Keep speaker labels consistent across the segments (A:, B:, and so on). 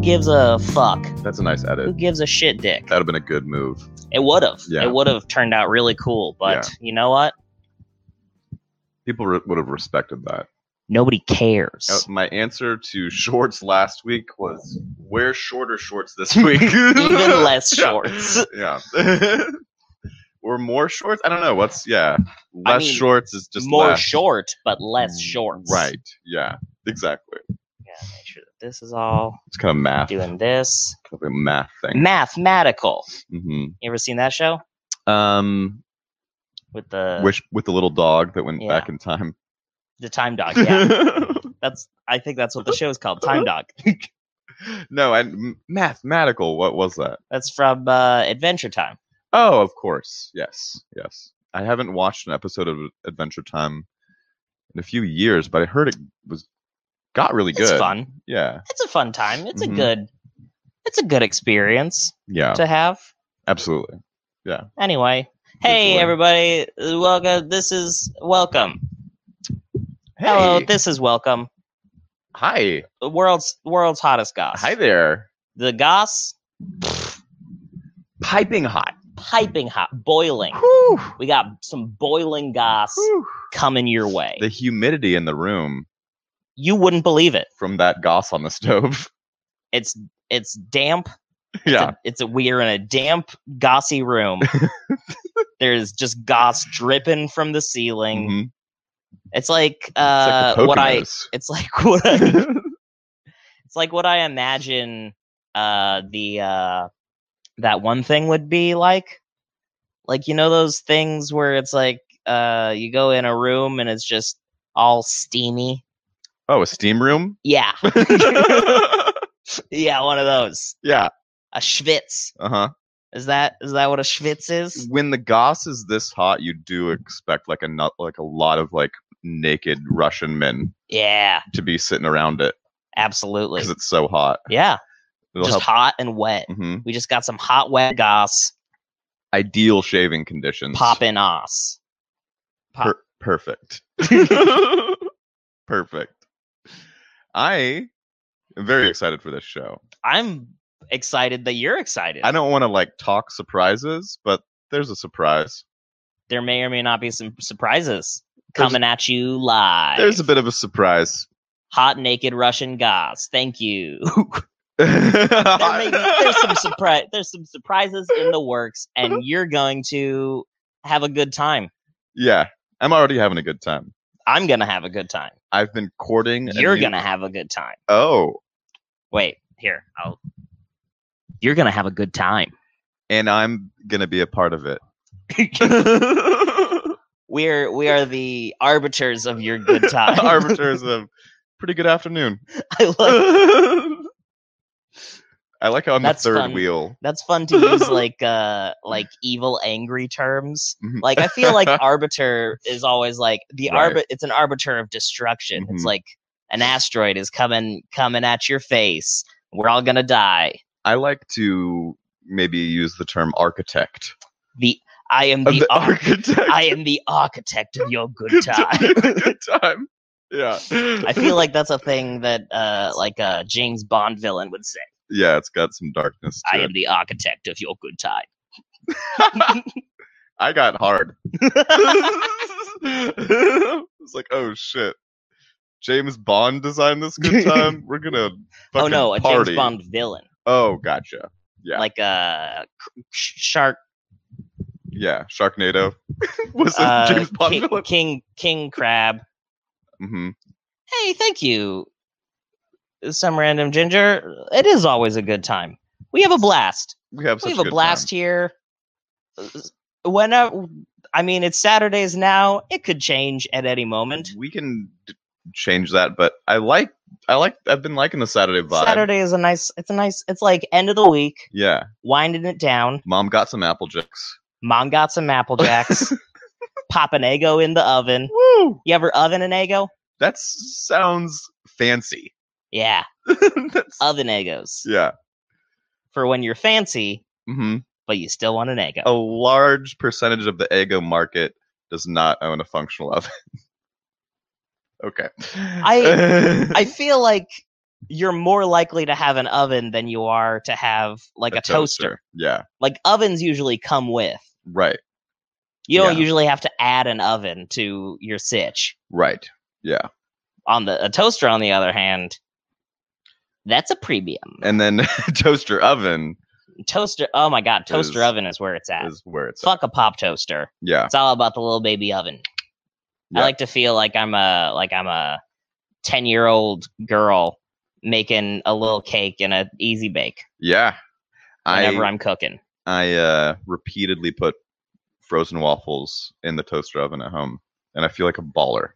A: gives a fuck?
B: That's a nice
A: Who
B: edit.
A: gives a shit dick?
B: That'd have been a good move.
A: It would have.
B: Yeah.
A: It would have turned out really cool, but you know what?
B: People re- would have respected that.
A: Nobody cares.
B: Uh, my answer to shorts last week was wear shorter shorts this week.
A: Even less shorts.
B: Yeah. yeah. or more shorts? I don't know. What's yeah.
A: I
B: Less
A: mean,
B: shorts is just
A: More
B: less.
A: short, but less shorts.
B: Mm, Right. Yeah. Exactly.
A: Yeah, make sure that this is all
B: It's kind of math.
A: doing this.
B: Kind of a math thing.
A: Mathematical.
B: hmm
A: You ever seen that show?
B: Um,
A: With the
B: wish with the little dog that went
A: Uh, yeah.
B: back in time.
A: the time dog, yeah. that's I think that's what the show is called, Time Dog.
B: no, and m- mathematical. What was that?
A: That's from uh, Adventure Time.
B: Oh, of course. Yes. Yes. I haven't watched an episode of Adventure Time in a few years, but I heard it was got really good.
A: It's fun.
B: Yeah.
A: It's a fun time. It's
B: Mhm.
A: a good it's a good experience
B: Yeah.
A: to have.
B: Absolutely.
A: Anyway, hey
B: Usually.
A: everybody, welcome. This is welcome. Hello,
B: Hey,
A: Oh, this is welcome.
B: hi.
A: The world's world's hottest goss.
B: Hi there.
A: The goss,
B: Piping hot.
A: piping hot, boiling.
B: Whew.
A: We got some boiling goss
B: Whew.
A: coming your way.
B: The humidity in the room
A: You wouldn't believe it.
B: from that goss on the stove.
A: It's it's damp. It's
B: yeah.
A: a, it's a we are in a damp gossy room. There's just goss dripping from the ceiling.
B: Mhm. It's
A: It's like
B: like
A: uh
B: the
A: what I
B: Poconos.
A: it's like what I it's like what I imagine uh the uh that one thing would be like like you know those things where it's like uh you go in a room and it's just all steamy
B: Oh, a steam room?
A: yeah yeah one of those
B: yeah.
A: a schwitz
B: Uh huh.
A: is that is that what a schwitz is
B: when the goss is this hot, you do expect like a not like a lot of like naked Russian men
A: yeah
B: to be sitting around it
A: absolutely
B: because it's so hot.
A: yeah
B: It'll
A: just
B: help.
A: hot and wet
B: Mhm.
A: we just got some hot wet goss
B: Ideal shaving conditions.
A: popping ass pop.
B: Per- perfect. perfect. I am very excited for this show.
A: i'm excited that you're excited
B: I don't want to like talk surprises, but there's a surprise.
A: there may or may not be some surprises
B: There's-
A: coming at you live.
B: There's a bit of a surprise.
A: Hot naked Russian goss. Thank you. There may be, there's
B: there's
A: some surprise. There's some surprises in the works, and you're going to have a good time.
B: yeah, I'm already having a good time.
A: I'm gonna have a good time.
B: I've been courting. a
A: You're
B: new-
A: gonna have a good time.
B: Oh,
A: Wait, here. I'll. You're gonna have a good time.
B: and I'm gonna be a part of it.
A: We're we are the arbiters of your good time.
B: Arbiters of pretty good afternoon.
A: I like,
B: I like how I'm
A: That's
B: the third
A: fun.
B: wheel.
A: that's fun to use like uh like evil angry terms.
B: Mhm.
A: like i feel like arbiter is always like the
B: Right.
A: arbit it's an arbiter of destruction
B: Mhm.
A: it's like an asteroid is coming coming at your face we're all gonna die
B: I like to maybe use the term architect.
A: the i am
B: Of
A: the,
B: the
A: ar-
B: architect.
A: i am the architect of your good time
B: good time. Yeah.
A: i feel like that's a thing that uh like a james bond villain would say
B: yeah, it's got some darkness to
A: i
B: it.
A: am the architect of your good time
B: I got hard.
A: Oh,
B: it's like, oh shit. James Bond designed this good time. We're gonna
A: oh
B: fucking
A: no a
B: party.
A: james bond villain
B: Oh, gotcha. Yeah.
A: like a sh- shark
B: Yeah, Sharknado was a
A: uh,
B: James Bond
A: king,
B: villain.
A: king king crab
B: hmm
A: hey, thank you, some random ginger. It is always a good time. We have a blast.
B: We have such
A: we have a
B: good
A: blast
B: time.
A: here. Whenever, I mean, it's Saturdays now. It could change at any moment.
B: We can d- change that, but I like, I like, I've been liking the Saturday vibe.
A: Saturday is a nice. It's a nice. It's like end of the week,
B: Yeah,
A: winding it down.
B: mom got some apple jacks.
A: Mom got some apple jacks. Pop an Eggo in the oven.
B: Woo!
A: You ever oven an Eggo?
B: That s- sounds fancy.
A: Yeah,
B: That's,
A: oven Eggos
B: yeah.
A: for when you're fancy,
B: hmm
A: but you still want an Eggo.
B: A large percentage of the Eggo market does not own a functional oven. okay.
A: I feel like you're more likely to have an oven than you are to have like a, toaster.
B: Yeah,
A: Like ovens usually come with.
B: right,
A: You don't
B: Yeah.
A: usually have to add an oven to your sitch.
B: right. Yeah.
A: On the a toaster, on the other hand, that's a premium.
B: And then toaster oven
A: toaster, oh my god, toaster
B: Is-
A: oven is where it's at.
B: is where it's at.
A: Fuck a pop toaster.
B: Yeah.
A: It's all about the little baby oven.
B: Yeah.
A: I like to feel like I'm a like I'm a ten year old girl making a little cake in an easy bake
B: Yeah.
A: whenever
B: I
A: I'm cooking.
B: I uh repeatedly put frozen waffles in the toaster oven at home and I feel like a baller.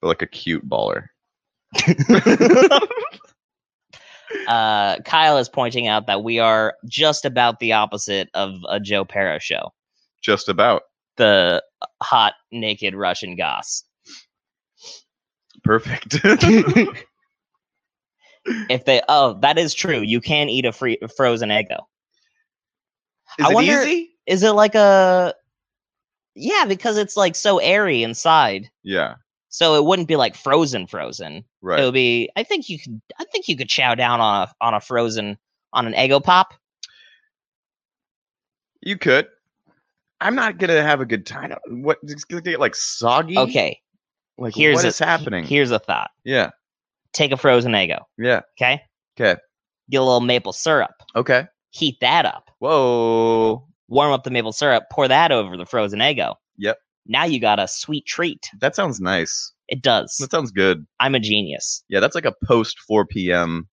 B: But like a cute baller.
A: uh, Kyle is pointing out that we are just about the opposite of a Joe Para show,
B: Just about.
A: the hot naked Russian goss.
B: Perfect.
A: if they, oh, that is true. You can eat a free frozen eggo.
B: Is
A: I
B: it
A: wonder-
B: easy?
A: Is it like a? Yeah, because it's like so airy inside,
B: Yeah.
A: so it wouldn't be like frozen frozen. It
B: Right.
A: would be. I think you could. I think you could chow down on a on a frozen on an eggo pop.
B: You could. I'm not gonna have a good time. What? It's gonna get like soggy.
A: Okay,
B: Like
A: here's
B: what
A: a-
B: is happening?
A: Here's a thought.
B: yeah.
A: Take a frozen eggo.
B: Yeah.
A: Okay.
B: 'Kay.
A: Get a little maple syrup.
B: Okay.
A: Heat that up.
B: Whoa.
A: Warm up the maple syrup. Pour that over the frozen eggo.
B: Yep.
A: Now you got a sweet treat.
B: That sounds nice.
A: It does.
B: That sounds good.
A: I'm a genius.
B: Yeah, that's like a post 4 p.m.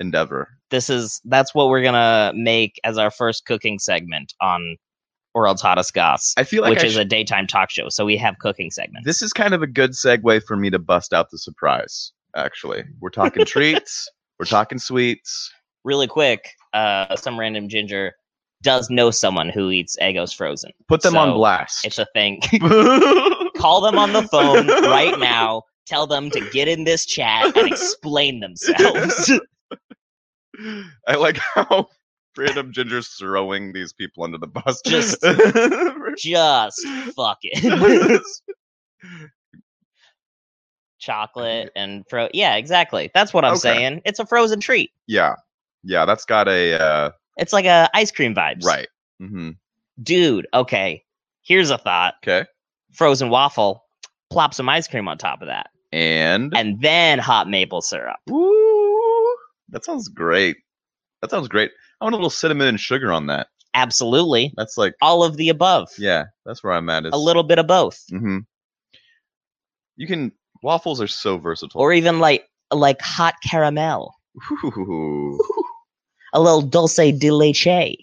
B: endeavor.
A: This is that's what we're gonna make as our first cooking segment on World's Hottest Goss,
B: I feel like
A: which
B: I
A: is
B: sh-
A: a daytime talk show. So we have cooking segments.
B: this is kind of a good segue for me to bust out the surprise. Actually, we're talking treats. We're talking sweets.
A: really quick, uh, some random ginger does know someone who eats Eggos frozen.
B: Put them on
A: So,
B: blast.
A: It's a thing. Call them on the phone right now. Tell them to get in this chat and explain themselves.
B: I like how random Ginger's throwing these people under the bus.
A: Just- Just fuck it.
B: I'm
A: Chocolate and fro. Yeah, exactly. That's what I'm
B: Okay.
A: saying. It's a frozen treat.
B: Yeah, yeah, that's got a uh,
A: It's like a ice cream vibes.
B: right. Mm-hmm.
A: dude. Okay, here's a thought:
B: Okay,
A: frozen waffle, plop some ice cream on top of that,
B: and
A: and then hot maple syrup.
B: Ooh, that sounds great. That sounds great. I want a little cinnamon and sugar on that.
A: Absolutely,
B: That's like,
A: all of the above.
B: yeah, that's where I'm at. Is,
A: a little bit of both,
B: Mm-hmm. You can waffles are so versatile.
A: or even like like hot caramel,
B: Ooh.
A: a little dulce de leche.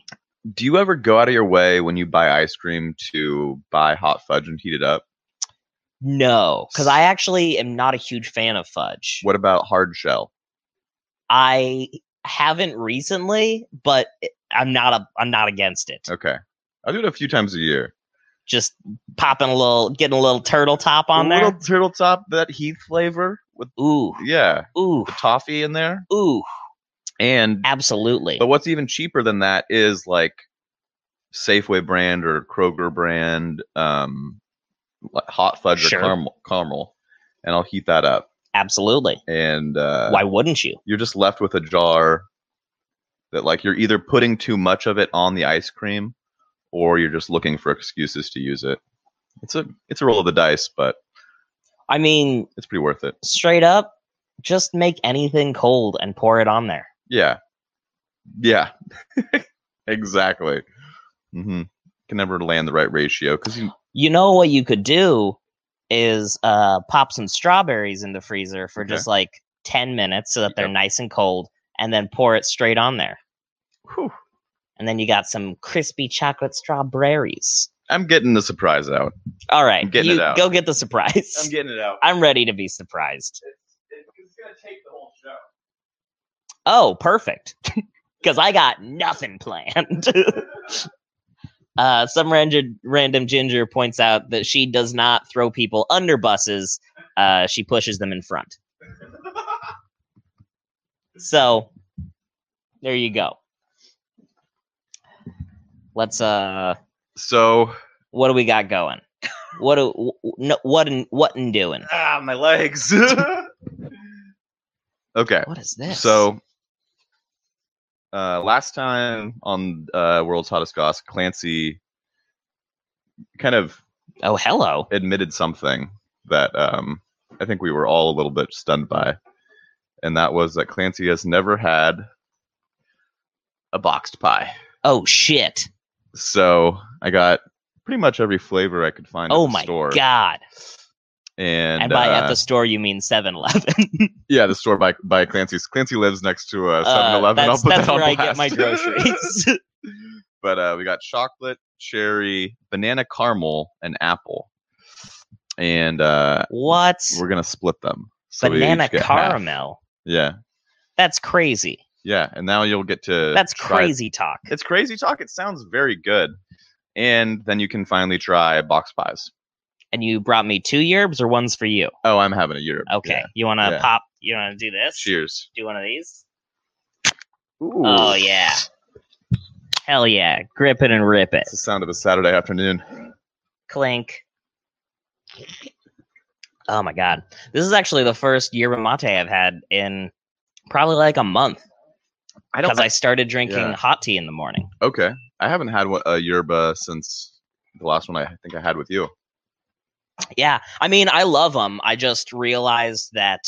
B: Do you ever go out of your way when you buy ice cream to buy hot fudge and heat it up?
A: No, because I actually am not a huge fan of fudge.
B: What about hard shell?
A: I haven't recently, but it- I'm not a I'm not against it.
B: Okay, I do it a few times a year.
A: Just popping a little, getting a little turtle top on
B: a
A: there.
B: little turtle top, that Heath flavor with
A: Ooh,
B: yeah,
A: ooh,
B: the toffee in there,
A: ooh!
B: and
A: Absolutely.
B: But what's even cheaper than that is like Safeway brand or Kroger brand, um, like hot fudge
A: Sure.
B: or caramel, caramel, and I'll heat that up,
A: Absolutely.
B: and uh,
A: Why wouldn't you?
B: you're just left with a jar that like you're either putting too much of it on the ice cream, or you're just looking for excuses to use it. It's a it's a roll of the dice, but
A: I mean,
B: it's pretty worth it.
A: straight up, just make anything cold and pour it on there.
B: Yeah, yeah, exactly. hmm Can never land the right ratio because you
A: You know what you could do is uh, pop some strawberries in the freezer for
B: Okay.
A: just like 10 minutes so that they're
B: Yep.
A: nice and cold and then pour it straight on there.
B: Whew.
A: And then you got some crispy chocolate strawberries.
B: I'm getting the surprise out.
A: All right,
B: I'm getting
A: you
B: it out.
A: go get the surprise. I'm,
B: getting it out.
A: ready to be surprised.
B: It's gonna take the whole show.
A: Oh, perfect. Because I got nothing planned. uh, some random, random ginger points out that she does not throw people under buses, uh, she pushes them in front. so there you go. Let's, uh,
B: So
A: what do we got going? What do w- w- no, what in what in doing?
B: ah, my legs. Okay.
A: What is this?
B: So, uh, last time on uh, World's Hottest Goss, Clancy kind of
A: oh hello.
B: admitted something that um, I think we were all a little bit stunned by, and that was that Clancy has never had a boxed pie.
A: Oh shit.
B: So I got pretty much every flavor I could find. at
A: Oh
B: the
A: my
B: store.
A: god.
B: And,
A: And, by
B: uh,
A: at the store you mean 7-Eleven.
B: yeah, the store by by Clancy's. Clancy lives next to a Oh, Seven
A: Uh,
B: Eleven. I'll
A: that's
B: put
A: that's
B: that on
A: where I
B: blast.
A: get my groceries.
B: but uh, we got chocolate, cherry, banana caramel, and apple. And uh,
A: what?
B: we're gonna split them. So we
A: Banana
B: each get half.
A: caramel.
B: Yeah,
A: That's crazy.
B: yeah. And now you'll get to
A: That's
B: try-
A: crazy talk.
B: It's crazy talk. It sounds very good. And then you can finally try box pies.
A: And you brought me two yerbs or one's for you.
B: Oh, I'm having a Europe.
A: Okay.
B: Yeah.
A: You wanna
B: yeah.
A: pop you wanna do this?
B: Cheers.
A: Do one of these?
B: Ooh.
A: Oh yeah. Hell yeah. Grip it and rip it.
B: It's the sound of a Saturday afternoon.
A: Clink. Oh my god. This is actually the first yerba mate I've had in probably like a month
B: I
A: because I started drinking
B: Yeah.
A: hot tea in the morning.
B: Okay. I haven't had one, a yerba since the last one I think I had with you.
A: Yeah. I mean, I love them. I just realized that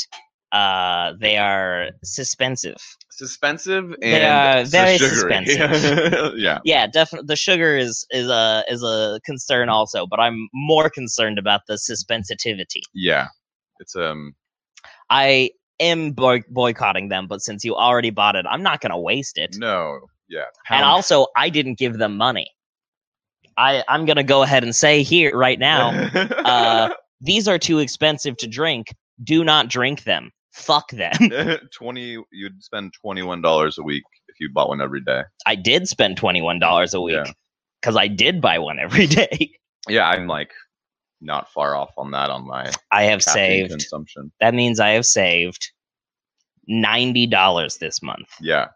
A: uh they are suspensive.
B: Suspensive and
A: They are
B: so
A: very
B: sugary.
A: suspensive.
B: yeah.
A: Yeah, definitely the sugar is is a is a concern also, but I'm more concerned about the suspensitivity.
B: Yeah. It's um
A: I am boy- boycotting them, but since you already bought it, I'm not going to waste it.
B: no. Yeah.
A: And
B: Pound-
A: also, I didn't give them money. I, I'm going to go ahead and say here right now uh, these are too expensive to drink. Do not drink them. Fuck them.
B: 20 you'd spend $21 a week if you bought one every day.
A: I did spend $21 a week
B: Yeah.
A: because I did buy one every day.
B: Yeah, I'm like not far off on that on my
A: I have
B: caffeine
A: saved.
B: consumption.
A: That means I have saved $90 this month.
B: Yeah.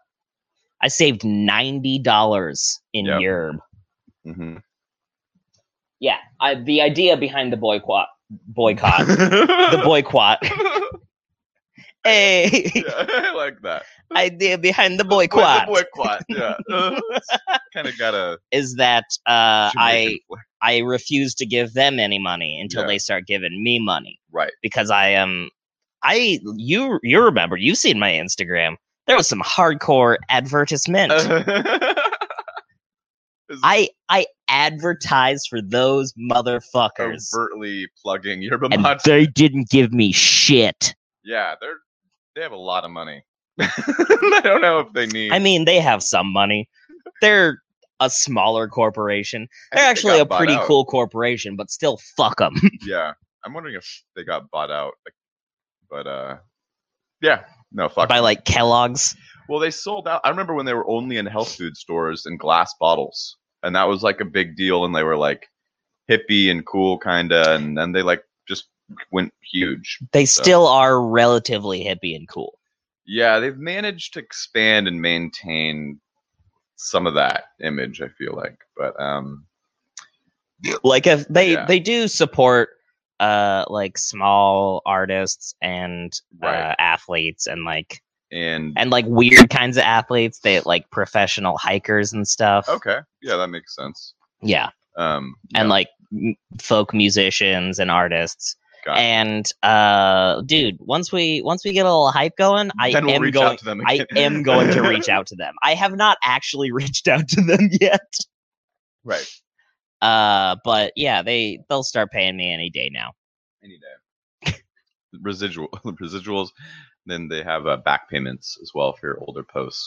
A: I saved $90 in
B: Yep.
A: yerb.
B: hmm
A: Yeah, I, the idea behind the boycott, boycott, Uh, the boycott. Hey,
B: yeah, I like that.
A: idea behind the
B: Boy-
A: boycott
B: The boycott. Yeah. kind of got a
A: is that uh, I
B: Jamaican flair.
A: I refuse to give them any money until
B: Yeah.
A: they start giving me money
B: right.
A: because I am I you you remember you've seen my Instagram. There was some hardcore advertisement.
B: Uh-huh. Is
A: I I advertised for those motherfuckers,
B: overtly plugging your
A: and
B: mate.
A: they didn't give me shit.
B: Yeah, they're they have a lot of money. I don't know if they need.
A: I mean, they have some money. They're a smaller corporation.
B: I
A: They're
B: think they
A: actually
B: got
A: a
B: bought
A: pretty
B: out.
A: cool corporation, but still fuck them.
B: Yeah, I'm wondering if they got bought out, like, but uh, yeah, no fuck.
A: by like Kellogg's.
B: well, they sold out. I remember when they were only in health food stores in glass bottles, and that was like a big deal. And they were like hippie and cool, kinda, and then they like just went huge.
A: They still are relatively hippie and cool.
B: Yeah, they've managed to expand and maintain some of that image. I feel like, but um,
A: Like if they
B: Yeah.
A: they do support uh like small artists and uh,
B: Right.
A: athletes and like
B: and,
A: and like weird kinds of athletes they like professional hikers and stuff
B: okay, yeah, that makes sense.
A: yeah
B: Um,
A: and
B: yeah,
A: like m- folk musicians and artists
B: got it.
A: and uh dude once we once we get a little hype going i
B: Then we'll
A: am
B: reach
A: going
B: out to them.
A: I
B: again.
A: am going to reach out to them. I have not actually reached out to them yet.
B: right
A: Uh, but yeah, they they'll start paying me any day now.
B: any day. Residual residuals, then they have uh, back payments as well for your older posts.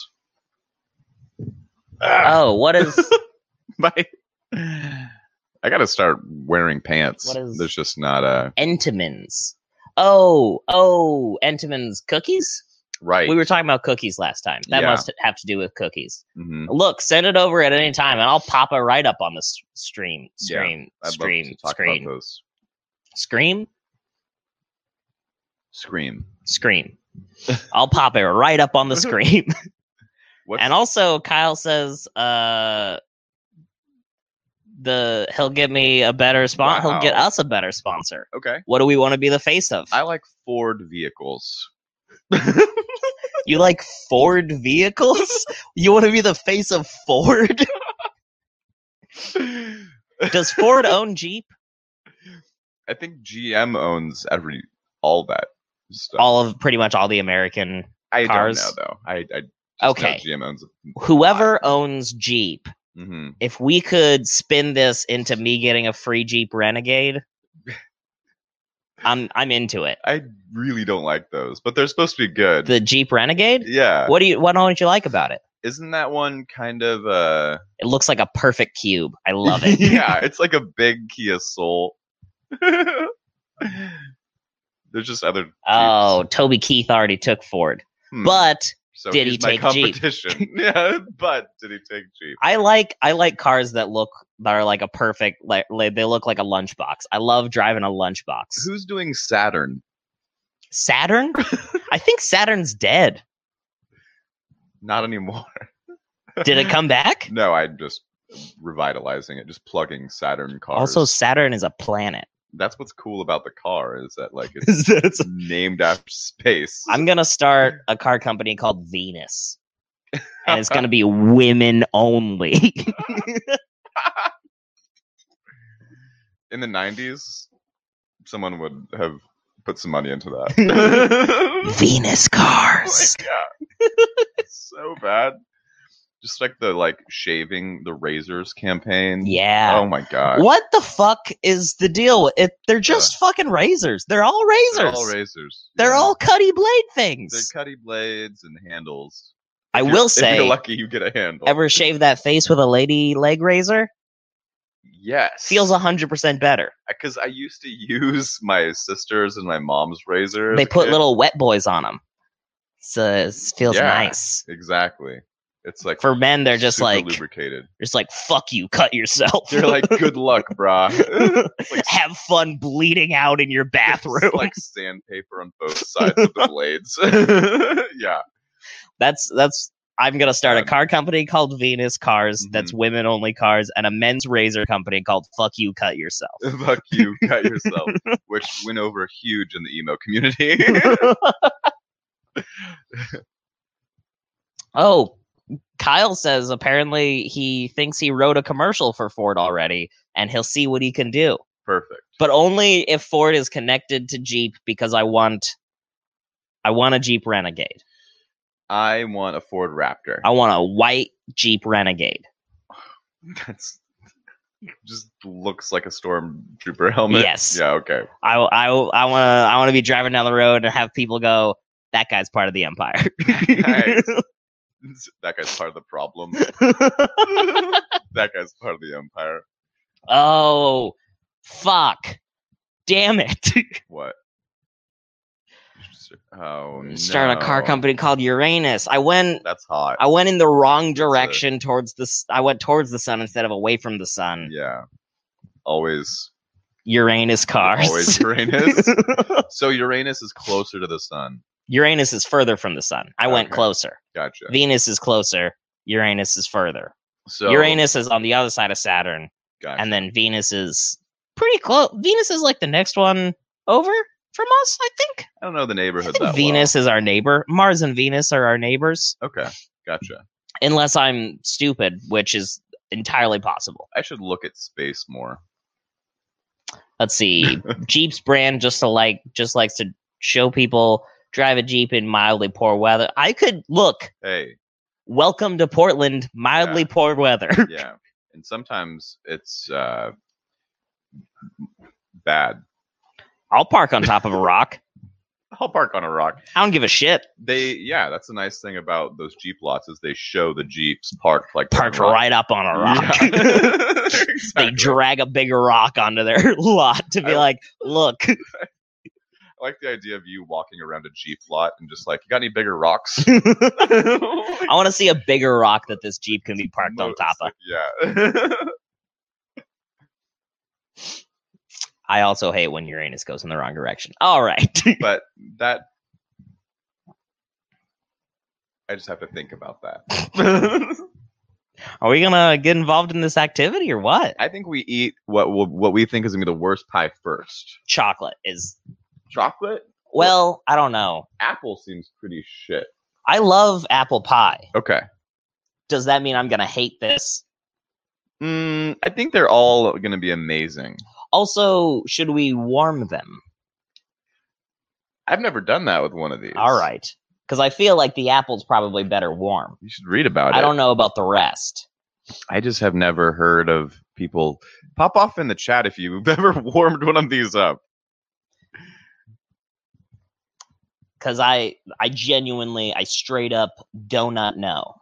B: Ah,
A: Oh, what is
B: my- I gotta start wearing pants.
A: What is-
B: There's just not a
A: Entenmann's? Oh, oh, Entenmann's cookies.
B: right.
A: We were talking about cookies last time. That
B: Yeah.
A: must have to do with cookies.
B: Mhm.
A: Look, send it over at any time, and I'll pop it right up on the s- stream,
B: Yeah,
A: stream,
B: I'd love to
A: stream,
B: talk about
A: screen,
B: those.
A: scream,
B: Scream.
A: scream. I'll pop it right up on the screen.
B: What's,
A: And also, Kyle says, uh, the he'll get me a better sponsor. He'll get
B: Wow.
A: us a better sponsor.
B: okay.
A: What do we want to be the face of?
B: I like Ford vehicles.
A: You like Ford vehicles? You want to be the face of Ford? Does Ford own Jeep?
B: I think GM owns every all that stuff.
A: All of pretty much all the American.
B: I
A: cars.
B: don't know though. I, I just
A: Okay.
B: know GM owns.
A: Whoever owns Jeep,
B: hmm
A: if we could spin this into me getting a free Jeep Renegade, I'm I'm into it.
B: I really don't like those, but they're supposed to be good.
A: The Jeep Renegade?
B: yeah,
A: What do you what don't you like about it?
B: isn't that one kind of uh?
A: It looks like a perfect cube. I love it.
B: yeah, it's like a big Kia Soul. There's just other.
A: Oh, Toby Keith already took Ford.
B: Hmm.
A: But
B: So
A: Did he
B: he's
A: take
B: my
A: Jeep?
B: competition. yeah, but did he take Jeep?
A: I like I like cars that look that are like a perfect like like, they look like a lunchbox. I love driving a lunchbox.
B: Who's doing Saturn?
A: Saturn? I think Saturn's dead.
B: Not anymore.
A: Did it come back?
B: No, I'm just revitalizing it, just plugging Saturn cars.
A: Also, Saturn is a planet.
B: that's what's cool about the car is that like it's
A: That's-
B: named after space.
A: I'm gonna start a car company called Venus, and it's gonna be women only.
B: In the '90s, someone would have put some money into that.
A: Venus cars.
B: Like, yeah. so bad. Just like the like shaving the razors campaign.
A: Yeah.
B: Oh my god.
A: What the fuck is the deal? with It they're just fucking razors. They're all razors.
B: They're all razors.
A: They're
B: yeah.
A: all cutty blade
B: They're
A: things.
B: cutty blades and handles.
A: I
B: If you're-
A: will
B: if you're
A: say,
B: lucky, you get a handle.
A: ever shave that face with a lady leg razor
B: yes,
A: feels hundred percent better.
B: because I used to use my sister's and my mom's razor. as
A: They
B: a
A: put
B: kid.
A: little wet boys on them, so it feels
B: Yeah.
A: nice.
B: exactly. It's like
A: For men, they're just
B: super
A: like,
B: lubricated.
A: just like, fuck you, cut yourself.
B: You're like, good luck, brah. It's like
A: have fun bleeding out in your bathroom.
B: It's like sandpaper on both sides of the blades. yeah.
A: that's that's. I'm gonna start a
B: Um,
A: car company called Venus Cars. That's
B: Mm-hmm.
A: women only cars, and a men's razor company called Fuck You, Cut Yourself.
B: Fuck you, cut yourself. Which went over huge in the emo community.
A: Oh, Kyle says apparently he thinks he wrote a commercial for Ford already, and he'll see what he can do.
B: Perfect.
A: But only if Ford is connected to Jeep, because I want, I want a Jeep Renegade.
B: I want a Ford Raptor.
A: I want a white Jeep Renegade.
B: That's just looks like a stormtrooper helmet.
A: Yes.
B: Yeah, okay.
A: I, I, I want to, I want to be driving down the road and have people go, "That guy's part of the empire."
B: Nice. that guy's part of the problem. that guy's part of the empire.
A: oh, fuck! Damn it!
B: What? Oh no.
A: Start a car company called Uranus. I went
B: That's hot.
A: I went in the wrong
B: a-
A: direction towards the. s- I went towards the sun instead of away from the sun.
B: Yeah. Always
A: Uranus cars.
B: Always Uranus. so Uranus is closer to the sun.
A: Uranus is further from the sun. I went
B: Okay.
A: closer.
B: Gotcha.
A: Venus is closer. Uranus is further.
B: So
A: Uranus is on the other side of Saturn,
B: Gotcha.
A: and then Venus is pretty close. Venus is like the next one over from us, I think.
B: I don't know the
A: I
B: neighborhood
A: think
B: that
A: Venus is our neighbor. Mars and Venus are our neighbors,
B: well. Okay. Gotcha.
A: unless I'm stupid, which is entirely possible.
B: I should look at space more.
A: let's see jeep's brand just to like just likes to show people drive a jeep in mildly poor weather i could look
B: Hey,
A: welcome to portland mildly
B: Yeah.
A: poor weather
B: yeah. And sometimes it's uh bad.
A: i'll park on top of a rock
B: I'll park on a rock.
A: i don't give a shit
B: They yeah, that's a nice thing about those Jeep lots is they show the Jeeps parked like on
A: parked
B: a rock.
A: right up on a rock
B: Yeah.
A: they
B: Exactly.
A: drag a bigger rock onto their lot to be
B: I-
A: like look
B: I like the idea of you walking around a Jeep lot and just like, you got any bigger rocks?
A: i want to see a bigger rock that this jeep can be parked on
B: It's
A: top of
B: like, Yeah.
A: i also hate when uranus goes in the wrong direction all right
B: but that I just have to think about that.
A: are we gonna get involved in this activity or what
B: I think we eat what what we think is gonna be the worst pie first.
A: chocolate is
B: Chocolate
A: Well, I don't know.
B: Apple seems pretty shit.
A: I love apple pie.
B: Okay.
A: Does that mean I'm gonna hate this?
B: Mm, I think they're all going to be amazing.
A: Also, should we warm them?
B: I've never done that with one of these.
A: All right, because I feel like the apple's probably better warm.
B: You should read about it.
A: I don't know about the rest.
B: I just have never heard of people. Pop off in the chat if you've ever warmed one of these up.
A: Because I, I genuinely, I straight up do not know.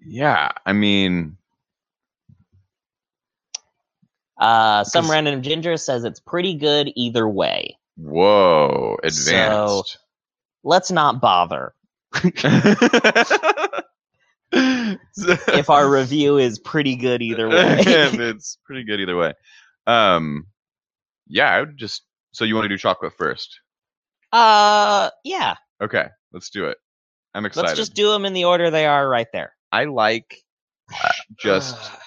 B: Yeah, I mean,
A: Uh, some
B: 'Cause-
A: random ginger says it's pretty good either way.
B: whoa, advanced.
A: Let's not bother.
B: So-
A: If our review is pretty good either way,
B: it's pretty good either way. Um, yeah, I would just. So you want to do chocolate first?
A: uh, yeah,
B: Okay, let's do it. I'm excited.
A: let's just do them in the order they are right there.
B: I like uh, just um,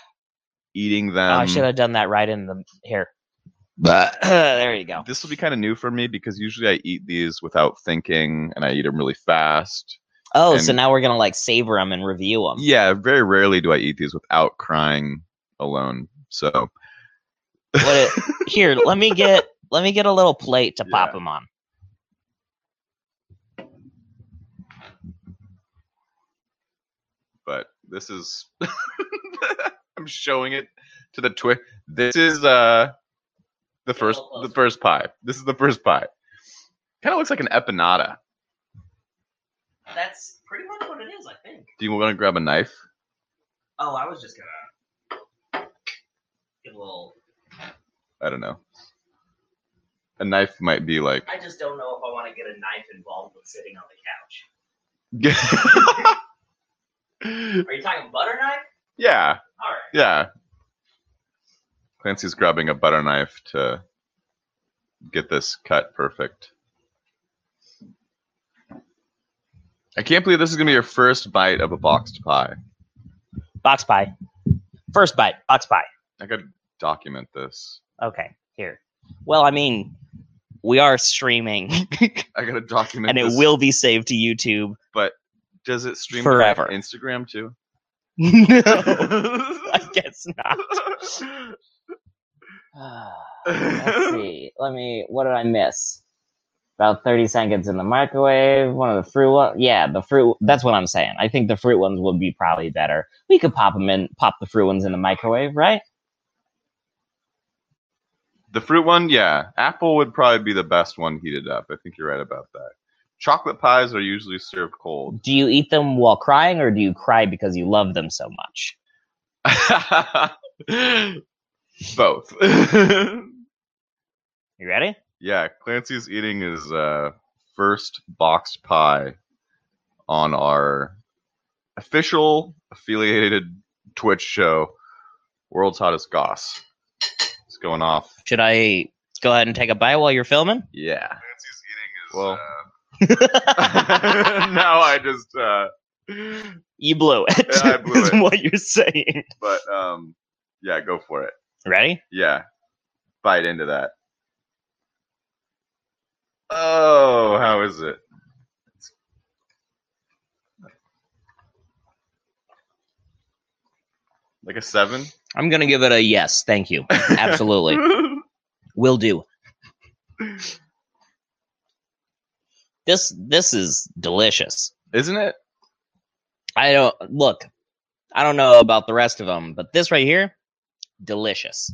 B: eating
A: oh,
B: them.
A: I should have done that right in the here. there you go.
B: This will be kind of new for me because usually I eat these without thinking and I eat them really fast.
A: Oh, so
B: and-
A: now we're gonna like savor them and review them.
B: Yeah, very rarely do I eat these without crying alone. So
A: here, let me get let me get a little plate to pop
B: Yeah.
A: 'em pop them on.
B: but this is I'm showing it to the twit. This is uh the first the first pie. This is the first pie. Kind of looks like an empanada.
A: That's pretty much what it is, I think.
B: Do you want to grab a knife?
A: Oh, I was just gonna give a little.
B: I don't know. A knife might be like
A: I just don't know if I want to get a knife involved with sitting on the couch. Are you talking butter knife?
B: Yeah,
A: All right.
B: yeah. Clancy's grabbing a butter knife to get this cut perfect. I can't believe this is gonna be your first bite of a boxed pie.
A: Box pie. First bite. Box pie.
B: I gotta document this.
A: Okay. Here. Well, I mean, we are streaming,
B: I gotta document.
A: and it
B: this.
A: will be saved to YouTube.
B: Does it stream
A: forever.
B: to my Instagram too?
A: no, I guess not. Let's see. Let me. What did I miss? About thirty seconds in the microwave. One of the fruit one. Yeah, the fruit. That's what I'm saying. I think the fruit ones would be probably better. We could pop them in. Pop the fruit ones in the microwave, right?
B: the fruit one, yeah. Apple would probably be the best one heated up. I think you're right about that. Chocolate pies are usually served cold.
A: Do you eat them while crying, or do you cry because you love them so much?
B: Both.
A: You ready?
B: yeah, Clancy's eating his uh, first boxed pie on our official affiliated Twitch show, World's Hottest Goss. It's going off.
A: Should I go ahead and take a bite while you're filming?
B: Yeah. Clancy's eating his. Well, now
A: no,
B: I just. Uh,
A: you blew it.
B: Yeah, I blew
A: is
B: it.
A: what you're saying.
B: but um, yeah, go for it.
A: Ready?
B: Yeah, bite into that. Oh, how is it? Like a seven?
A: I'm gonna give it a yes. Thank you. Absolutely, will do. This this is delicious.
B: Isn't it?
A: I don't look. I don't know about the rest of them, but this right here, delicious.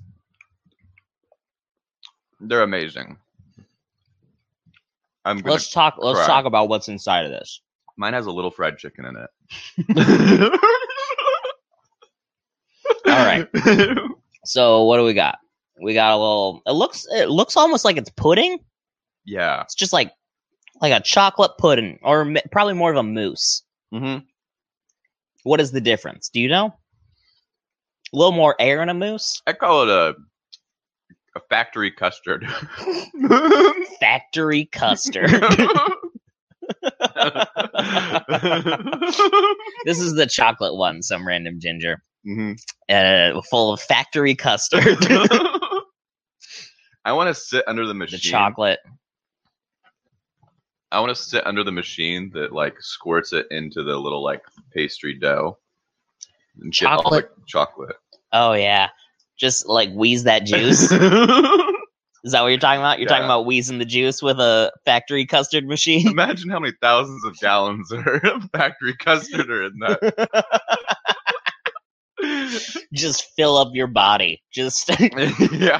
B: They're amazing. I'm gonna.
A: Let's talk. Let's
B: cry.
A: talk about what's inside of this.
B: Mine has a little fried chicken in it.
A: All right. So what do we got? We got a little. It looks. It looks almost like it's pudding.
B: yeah.
A: It's just like like a chocolate pudding, or m- probably more of a mousse.
B: Mm-hmm.
A: What is the difference? Do you know? A little more air in a mousse.
B: I call it a a factory custard.
A: Factory custard.
B: this
A: this is the chocolate one. Some random ginger,
B: hmm
A: uh, full of factory custard.
B: I want to sit under the machine
A: the chocolate.
B: I want to sit under the machine that like squirts it into the little like pastry dough. And get all the chocolate.
A: Oh yeah, just like wheeze that juice. Is that what you're talking about? You're talking
B: Yeah.
A: about wheezing the juice with a factory custard machine.
B: Imagine how many thousands of gallons of factory custard are in that.
A: just fill up your body. Just
B: yeah.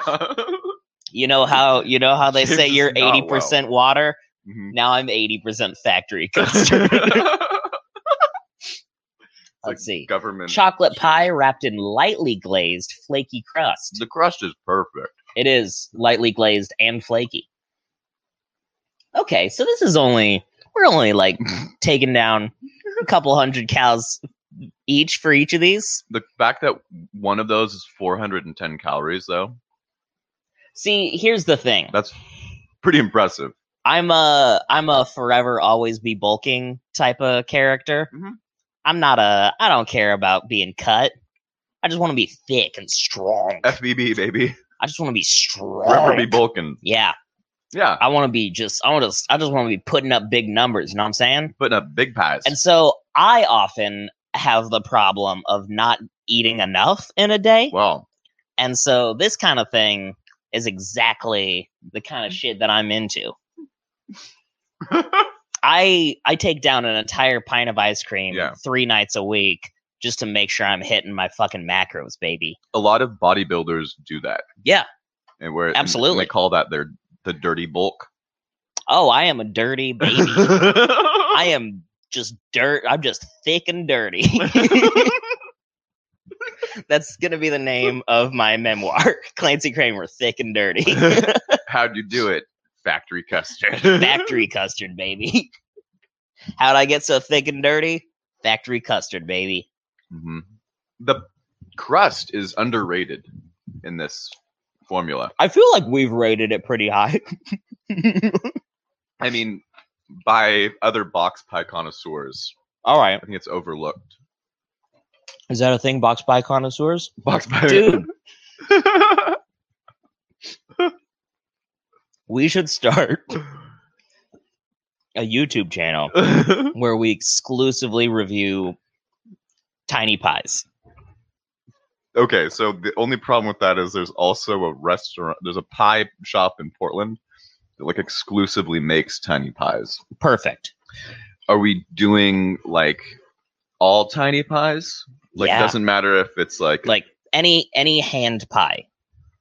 A: you know how you know how they say
B: James is
A: you're
B: not well.
A: eighty percent water.
B: Mhm.
A: Now I'm eighty percent factory custard. Let's see.
B: Government
A: Chocolate pie wrapped in lightly glazed, flaky crust.
B: The crust is perfect.
A: It is lightly glazed and flaky. Okay, so this is only we're only like taking down a couple hundred cows each for each of these.
B: The fact that one of those is 410 calories though,
A: See, here's the thing.
B: that's pretty impressive.
A: I'm a I'm a forever always be bulking type of character.
B: Mhm.
A: I'm not a I don't care about being cut. I just want to be thick and strong.
B: FBB baby,
A: I just want to be
B: forever be
A: strong.
B: bulking.
A: Yeah,
B: Yeah,
A: I want to be just I want to I just want to be putting up big numbers, you know what I'm saying?
B: putting up big pies.
A: And so I often have the problem of not eating enough in a day.
B: Well,
A: And so this kind of thing is exactly the kind of shit that I'm into. I I take down an entire pint of ice cream
B: Yeah.
A: three nights a week just to make sure I'm hitting my fucking macros, baby.
B: a lot of bodybuilders do that,
A: Yeah.
B: and where and
A: Absolutely.
B: they call that their the dirty bulk.
A: Oh, I am a dirty baby. I am just dirt. I'm just thick and dirty. That's gonna be the name of my memoir, Clancy Kramer, thick and dirty.
B: How'd you do it? Factory custard.
A: Factory custard, baby. How'd I get so thick and dirty? Factory custard, baby.
B: Mhm. The crust is underrated in this formula.
A: I feel like we've rated it pretty high.
B: I mean, by other box pie connoisseurs,
A: All right.
B: I think it's overlooked.
A: Is that a thing, box pie connoisseurs?
B: Box pie,
A: Dude, we should start a YouTube channel where we exclusively review tiny pies.
B: okay, so the only problem with that is there's also a restaurant, there's a pie shop in Portland that like exclusively makes tiny pies.
A: Perfect.
B: Are we doing like all tiny pies? Like
A: Yeah.
B: doesn't matter if it's like
A: Like any any hand pie.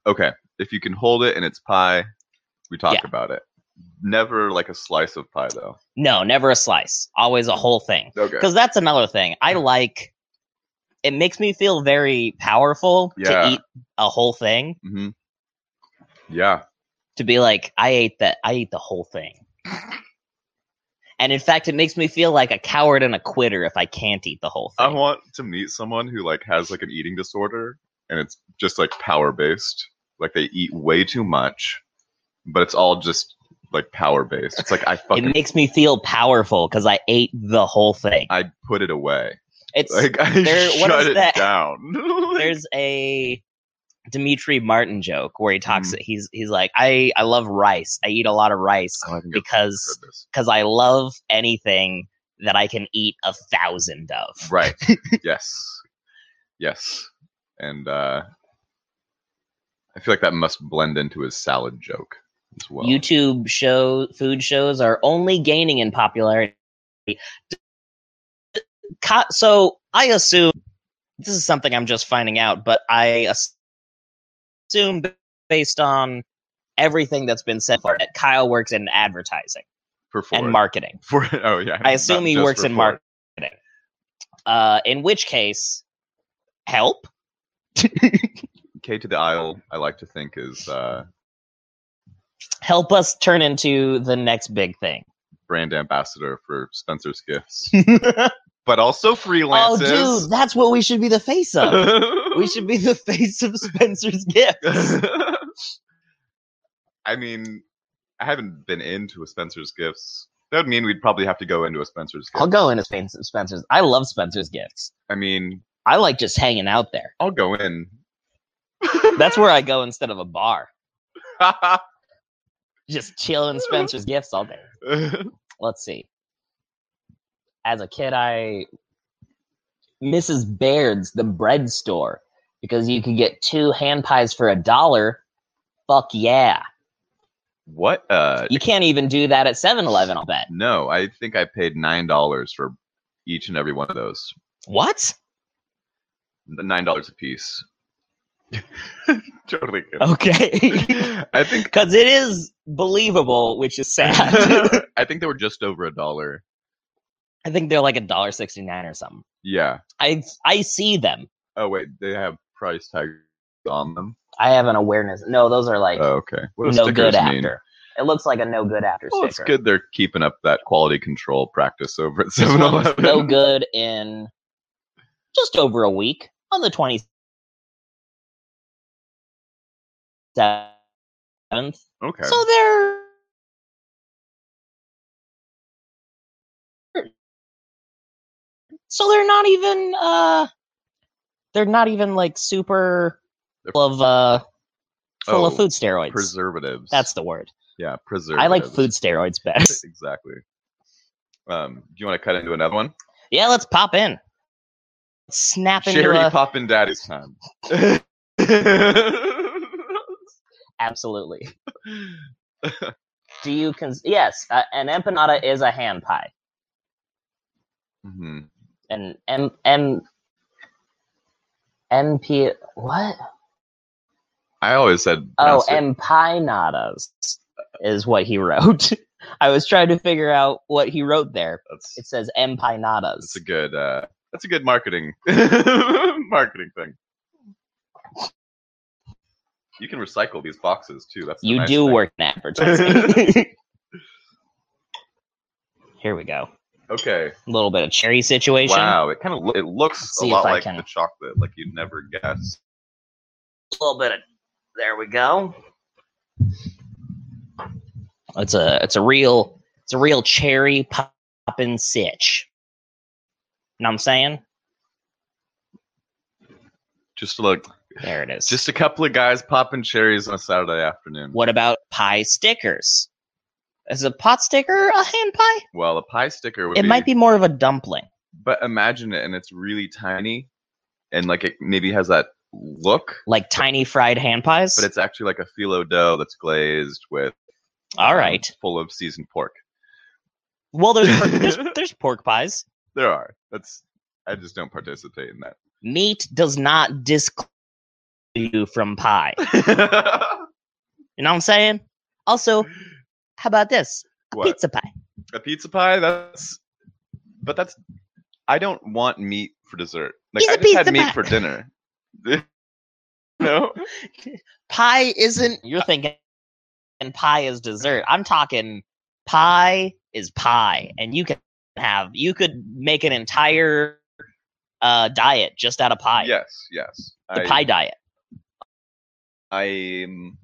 B: okay, if you can hold it and it's pie, we talk
A: Yeah.
B: about it. Never like a slice of pie though.
A: No, never a slice. Always a whole thing.
B: Okay.
A: Because that's another thing. I
B: Mm.
A: like it makes me feel very powerful
B: Yeah.
A: to eat a whole thing.
B: hmm Yeah.
A: To be like, I ate that I ate the whole thing. And in fact, it makes me feel like a coward and a quitter if I can't eat the whole thing.
B: I want to meet someone who like has like an eating disorder and it's just like power based. Like they eat way too much, but it's all just like power based. It's like I
A: it
B: fucking
A: makes me feel powerful because I ate the whole thing.
B: I put it away.
A: It's
B: Like I
A: There- what
B: shut
A: is
B: it
A: that?
B: down. Oh,
A: there's a Dimitri Martin joke where he talks.
B: Mm.
A: He's he's like, I I love rice. I eat a lot of rice
B: Oh, I think I've
A: because
B: heard this.
A: because I love anything that I can eat a thousand of.
B: Right. yes. Yes. And uh I feel like that must blend into his salad joke as well.
A: YouTube show food shows are only gaining in popularity. Co- So I assume this is something I'm just finding out, but I ass- assume based on everything that's been said for that Kyle works in advertising
B: for Ford.
A: and marketing.
B: For oh yeah.
A: I assume
B: not
A: he
B: just
A: works
B: for
A: in
B: Ford.
A: marketing. Uh, in which case, help.
B: K to the aisle, I like to think is uh
A: help us turn into the next big thing.
B: brand ambassador for Spencer's Gifts, but also
A: oh,
B: freelances.
A: dude, that's what we should be the face of. Oh, we should be the face of Spencer's gifts.
B: I mean, I haven't been into a Spencer's Gifts. That would mean we'd probably have to go into a Spencer's
A: I'll
B: Gifts.
A: go into Spen- Spencer's. I love Spencer's gifts.
B: I mean,
A: I like just hanging out there.
B: I'll go in.
A: That's where I go instead of a bar.
B: I
A: Just chilling Spencer's gifts all day. let's see. As a kid, I Mrs. Baird's the bread store because you could get two hand pies for a dollar. Fuck yeah!
B: What? Uh,
A: You can't even do that at 7-Eleven. I'll bet.
B: no, I think I paid nine dollars for each and every one of those.
A: What?
B: Nine dollars a piece. totally. kidding.
A: Okay.
B: I think
A: Because it is believable, which is sad.
B: I think they were just over a dollar.
A: I think they're like a dollar sixty nine or something.
B: Yeah.
A: I I see them.
B: Oh wait, they have price tags on them.
A: I have an awareness. No, those are like
B: Oh, okay. What do
A: no
B: stickers
A: good
B: mean?
A: after. It looks like a no good after
B: Well, it's
A: sticker.
B: good they're keeping up that quality control practice over at
A: This
B: 7
A: one's
B: Eleven.
A: no good in just over a week on the twenty seventh.
B: Okay.
A: So they're so they're not even uh they're not even like super full of uh full
B: Oh,
A: of food steroids.
B: preservatives.
A: That's the word.
B: yeah, preservatives.
A: I like food steroids best.
B: Exactly. Um, do you want to cut into another one?
A: yeah, let's pop in. Snap into
B: Sherry
A: a,
B: Poppin' Daddy's time. Mm-hmm.
A: absolutely. Do you cons- yes, uh, an empanada is a hand pie.
B: Mhm.
A: an M M MP what?
B: I always said
A: Oh,
B: pronounce it-
A: empanadas is what he wrote. I was trying to figure out what he wrote there.
B: that's
A: It says empanadas.
B: That's a good. Uh, that's a good marketing marketing thing. You can recycle these boxes too. That's the
A: You
B: nice
A: do
B: thing.
A: work in advertising. Here we go.
B: Okay.
A: A little bit of cherry situation.
B: Wow. It kind of it looks
A: Let's
B: a
A: see
B: lot
A: if I
B: like
A: can-
B: the chocolate, like you'd never guess.
A: A little bit of there we go. It's a it's a real it's a real cherry poppin' sitch. Know what I'm saying?
B: Just like
A: There it is.
B: just a couple of guys popping cherries on a Saturday afternoon.
A: What about pie stickers? Is a pot sticker a hand pie?
B: Well, a pie sticker would
A: It
B: be,
A: might be more of a dumpling.
B: but imagine it, and it's really tiny, and like it maybe has that look,
A: Like tiny fried hand pies?
B: but it's actually like a phyllo dough that's glazed with
A: All
B: um,
A: right.
B: full of seasoned pork.
A: Well, there's, pork, there's there's pork pies.
B: There are. That's I just don't participate in
A: Meat does not disclose you from pie.
B: that.
A: You know what I'm saying? Also, how about this? A
B: what?
A: pizza pie.
B: A pizza pie? That's but that's I don't want meat for dessert. Like
A: He's
B: I
A: a
B: just had
A: pizza
B: meat
A: pie.
B: for dinner. no.
A: Pie isn't you're thinking and pie is dessert. I'm talking pie is pie and you can have you could make an entire uh diet just out of pie.
B: Yes, yes.
A: the
B: I,
A: pie diet.
B: I am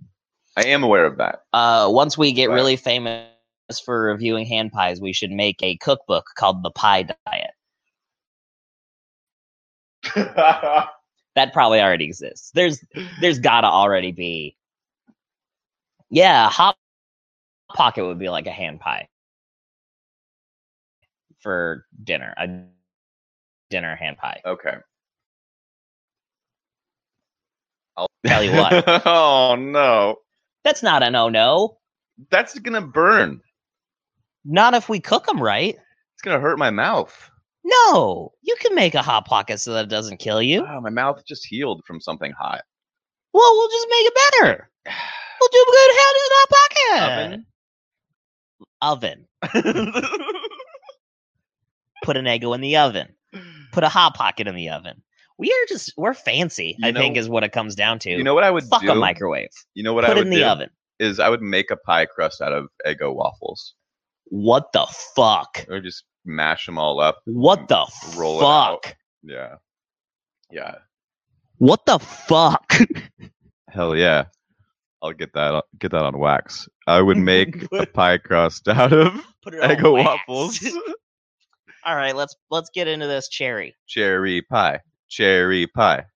B: I am aware of that.
A: Uh, once we get
B: Right.
A: really famous for reviewing hand pies, we should make a cookbook called the Pie Diet. That probably already exists. There's there's gotta already be. Yeah, hot pocket would be like a hand pie for dinner. A dinner hand pie.
B: okay. I'll
A: Tell you what.
B: oh no.
A: That's not a no no.
B: That's gonna burn.
A: Not if we cook them right.
B: It's gonna hurt my mouth.
A: No, you can make a hot pocket so that it doesn't kill you.
B: Oh, my mouth just healed from something hot.
A: Well, we'll just make it better. We'll do good. How does hot pocket?
B: Oven?
A: oven. Put an Eggo in the oven. Put a hot pocket in the oven. We are just we're fancy.
B: You
A: I
B: know-
A: think is what it comes down to.
B: you know what I would
A: fuck
B: do?
A: a microwave.
B: You know what I
A: Put it
B: would
A: in the
B: do
A: oven.
B: is I would make a pie crust out of Eggo waffles
A: What the fuck?
B: or just mash them all up.
A: What the
B: Roll it out.
A: fuck?
B: Yeah, yeah,
A: What the fuck?
B: hell yeah! I'll get that on, get that on wax. I would make a pie crust out of
A: Put it on
B: Eggo
A: wax.
B: waffles,
A: All right, let's let's get into this cherry.
B: cherry pie, cherry pie.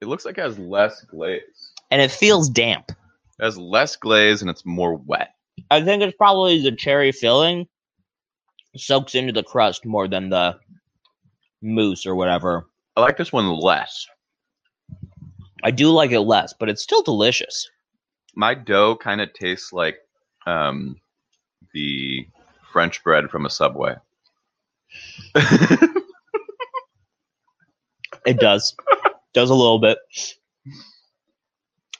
B: It looks like it has less glaze.
A: And it feels damp.
B: It has less glaze and it's more wet.
A: I think it's probably the cherry filling soaks into the crust more than the mousse or whatever.
B: I like this one less.
A: I do like it less, but it's still delicious.
B: My dough kind of tastes like um, the French bread from a Subway.
A: It does. does a little bit.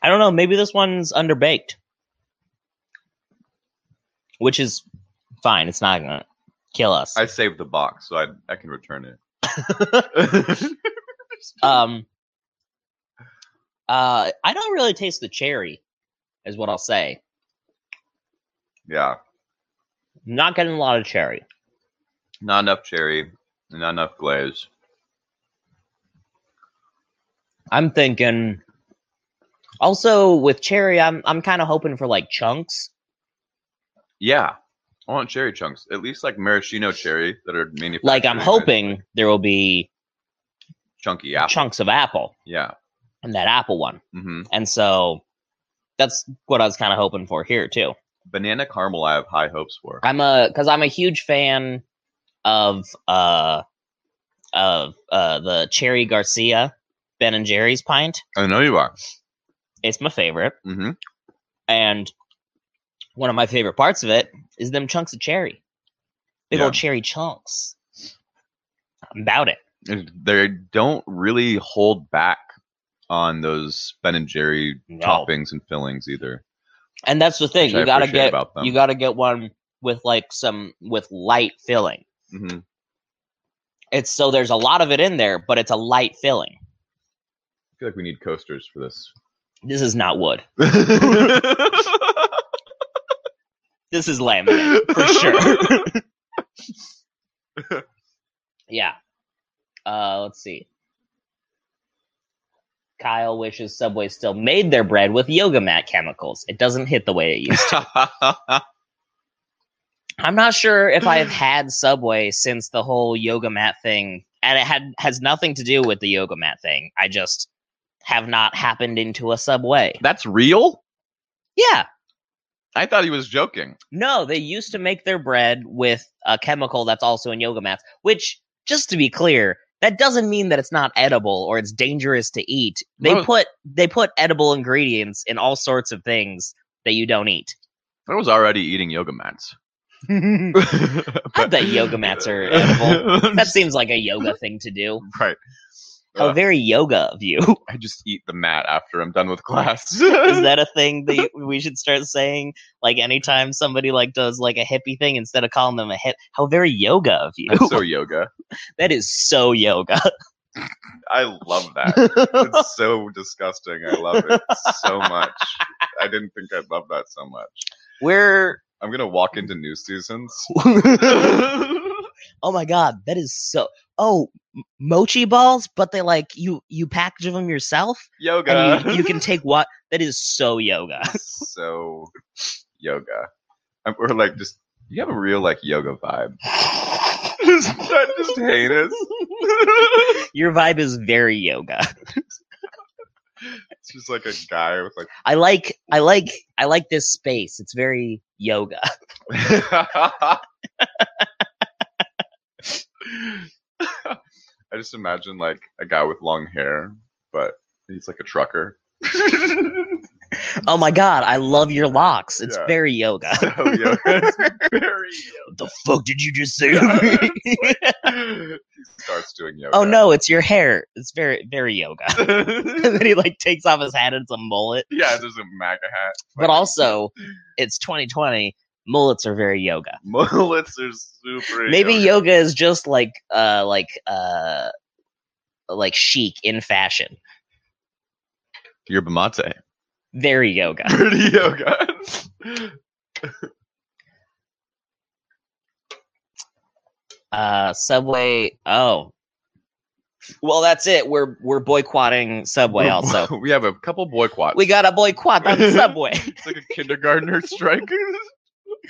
A: I don't know, maybe this one's underbaked. Which is fine. It's not going to kill us.
B: I saved the box, so I I can return it.
A: um uh I don't really taste the cherry is what I'll say.
B: yeah,
A: Not getting a lot of cherry.
B: not enough cherry, not enough glaze.
A: I'm thinking also with cherry I'm I'm kind of hoping for like chunks.
B: Yeah, I want cherry chunks, at least like maraschino cherry that are manufactured.
A: Like I'm
B: in,
A: hoping there will be
B: chunky apple.
A: chunks of apple
B: yeah.
A: in that apple one.
B: hmm
A: And so that's what I was kind of hoping for here too.
B: Banana caramel, I have high hopes for.
A: I'm a because I'm a huge fan of uh of uh the Cherry Garcia Ben and Jerry's pint.
B: I know you are.
A: It's my favorite,
B: hmm
A: and one of my favorite parts of it is them chunks of cherry, big
B: Yeah.
A: old cherry chunks. I'm about it.
B: They don't really hold back on those Ben and Jerry
A: No.
B: toppings and fillings either.
A: And that's the thing
B: Which I
A: you gotta
B: appreciate
A: get
B: about them.
A: you gotta get one with like some with light filling.
B: hmm
A: It's so there's a lot of it in there, but it's a light filling.
B: I feel like we need coasters for this.
A: This is not wood. This is laminate. for sure. yeah. Uh, let's see. Kyle wishes Subway still made their bread with yoga mat chemicals. It doesn't hit the way it used. I'm not sure if I've had Subway since the whole yoga mat thing, and it had has nothing to do with the yoga mat thing. I just have not happened into a Subway.
B: That's real?
A: Yeah.
B: I thought he was joking.
A: No, they used to make their bread with a chemical that's also in yoga mats, which, just to be clear, that doesn't mean that it's not edible or it's dangerous to eat. They
B: No.
A: put they put edible ingredients in all sorts of things that you don't eat.
B: I was already eating yoga mats.
A: I
B: I
A: bet yoga mats are edible. That seems like a yoga thing to do.
B: right.
A: How
B: Uh.
A: very yoga of you.
B: I just eat the mat after I'm done with class.
A: Is that a thing that you- we should start saying? Like anytime somebody like does like a hippie thing, instead of calling them a hip, how very yoga of you.
B: That's so yoga.
A: that is so yoga.
B: I love that. It's so disgusting. I love it so much. I didn't think I'd love that so much.
A: We're
B: I'm gonna walk into new seasons.
A: oh my god, that is so. Oh, m- mochi balls, but they like you you package them yourself,
B: yoga.
A: and you, you can take what that is so yoga.
B: so yoga. And We're like just you have a real like yoga vibe. Is that just heinous?
A: Your vibe is very yoga.
B: it's just like a guy with like
A: I like I like I like this space. It's very yoga.
B: I just imagine like a guy with long hair, but he's like a trucker. so
A: Oh my god, I love your locks. It's
B: Yeah.
A: very yoga.
B: yoga is very
A: What the fuck did you just say?
B: yoga. He starts doing yoga.
A: oh no, it's your hair. It's very very yoga. and then he like takes off his hat and it's a mullet.
B: yeah, there's a MAGA hat.
A: but also it's 2020 mullets are very yoga
B: mullets are super.
A: maybe
B: yoga.
A: yoga is just like uh like uh like chic in fashion
B: Yerba mate.
A: very yoga
B: Pretty yoga.
A: uh subway oh well that's it we're we're boycotting subway also
B: we have a couple boycotts.
A: we gotta boycott on subway
B: it's like a kindergartner strike.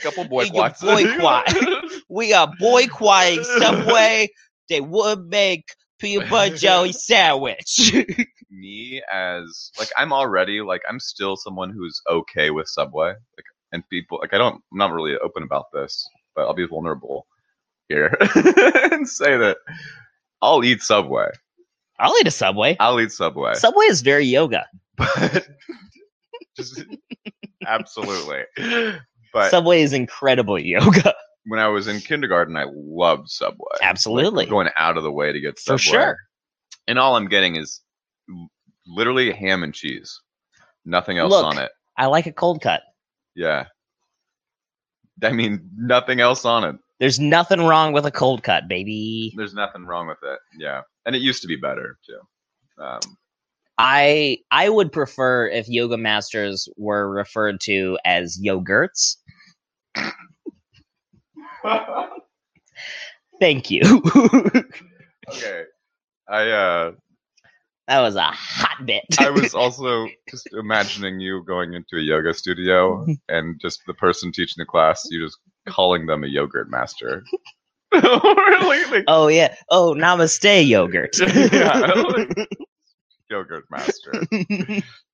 B: couple
A: You can
B: boycotts.
A: boycott. we are boycotting subway they would make peanut butter jelly sandwich
B: me as like I'm already like I'm still someone who's okay with Subway. Like and people like I don't I'm not really open about this, but I'll be vulnerable here and say that I'll eat Subway.
A: I'll eat a Subway.
B: I'll eat Subway.
A: Subway is very yoga.
B: but just absolutely. But
A: Subway is incredible yoga.
B: when I was in kindergarten, I loved Subway.
A: Absolutely.
B: Going out of the way to get Subway.
A: For sure.
B: And all I'm getting is l- literally ham and cheese. Nothing else
A: Look.
B: on it.
A: I like a cold cut.
B: Yeah. I mean, nothing else on it.
A: There's nothing wrong with a cold cut, baby.
B: There's nothing wrong with it. Yeah. And it used to be better, too. Um,
A: I I would prefer if yoga masters were referred to as yogurts. Thank you. that
B: okay. I, uh,
A: was a hot bit.
B: I was also just imagining you going into a yoga studio
A: Mm-hmm.
B: and just the person teaching the class, you just calling them a yogurt master. really? Like,
A: oh yeah. Oh, namaste yogurt.
B: yeah, like, yogurt master.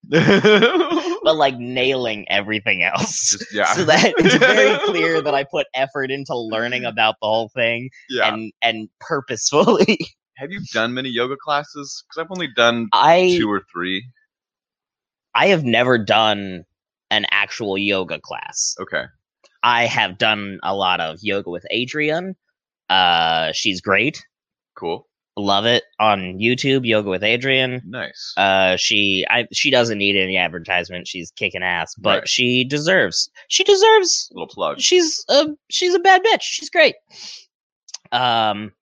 A: but like nailing everything else.
B: Just- yeah.
A: So that it's very clear that I put effort into learning about the whole thing
B: Mm-hmm. yeah.
A: and and purposefully.
B: Have you done many yoga classes? Because I've only done
A: I
B: two or three.
A: I have never done an actual yoga class.
B: Okay.
A: I have done a lot of yoga with Adrian. Uh, she's great.
B: Cool.
A: Love it on YouTube. Yoga with Adrian.
B: Nice.
A: Uh, she I she doesn't need any advertisement. She's kicking ass, but
B: Right.
A: she deserves. She deserves.
B: Little plug.
A: She's a she's a bad bitch. She's great. Um,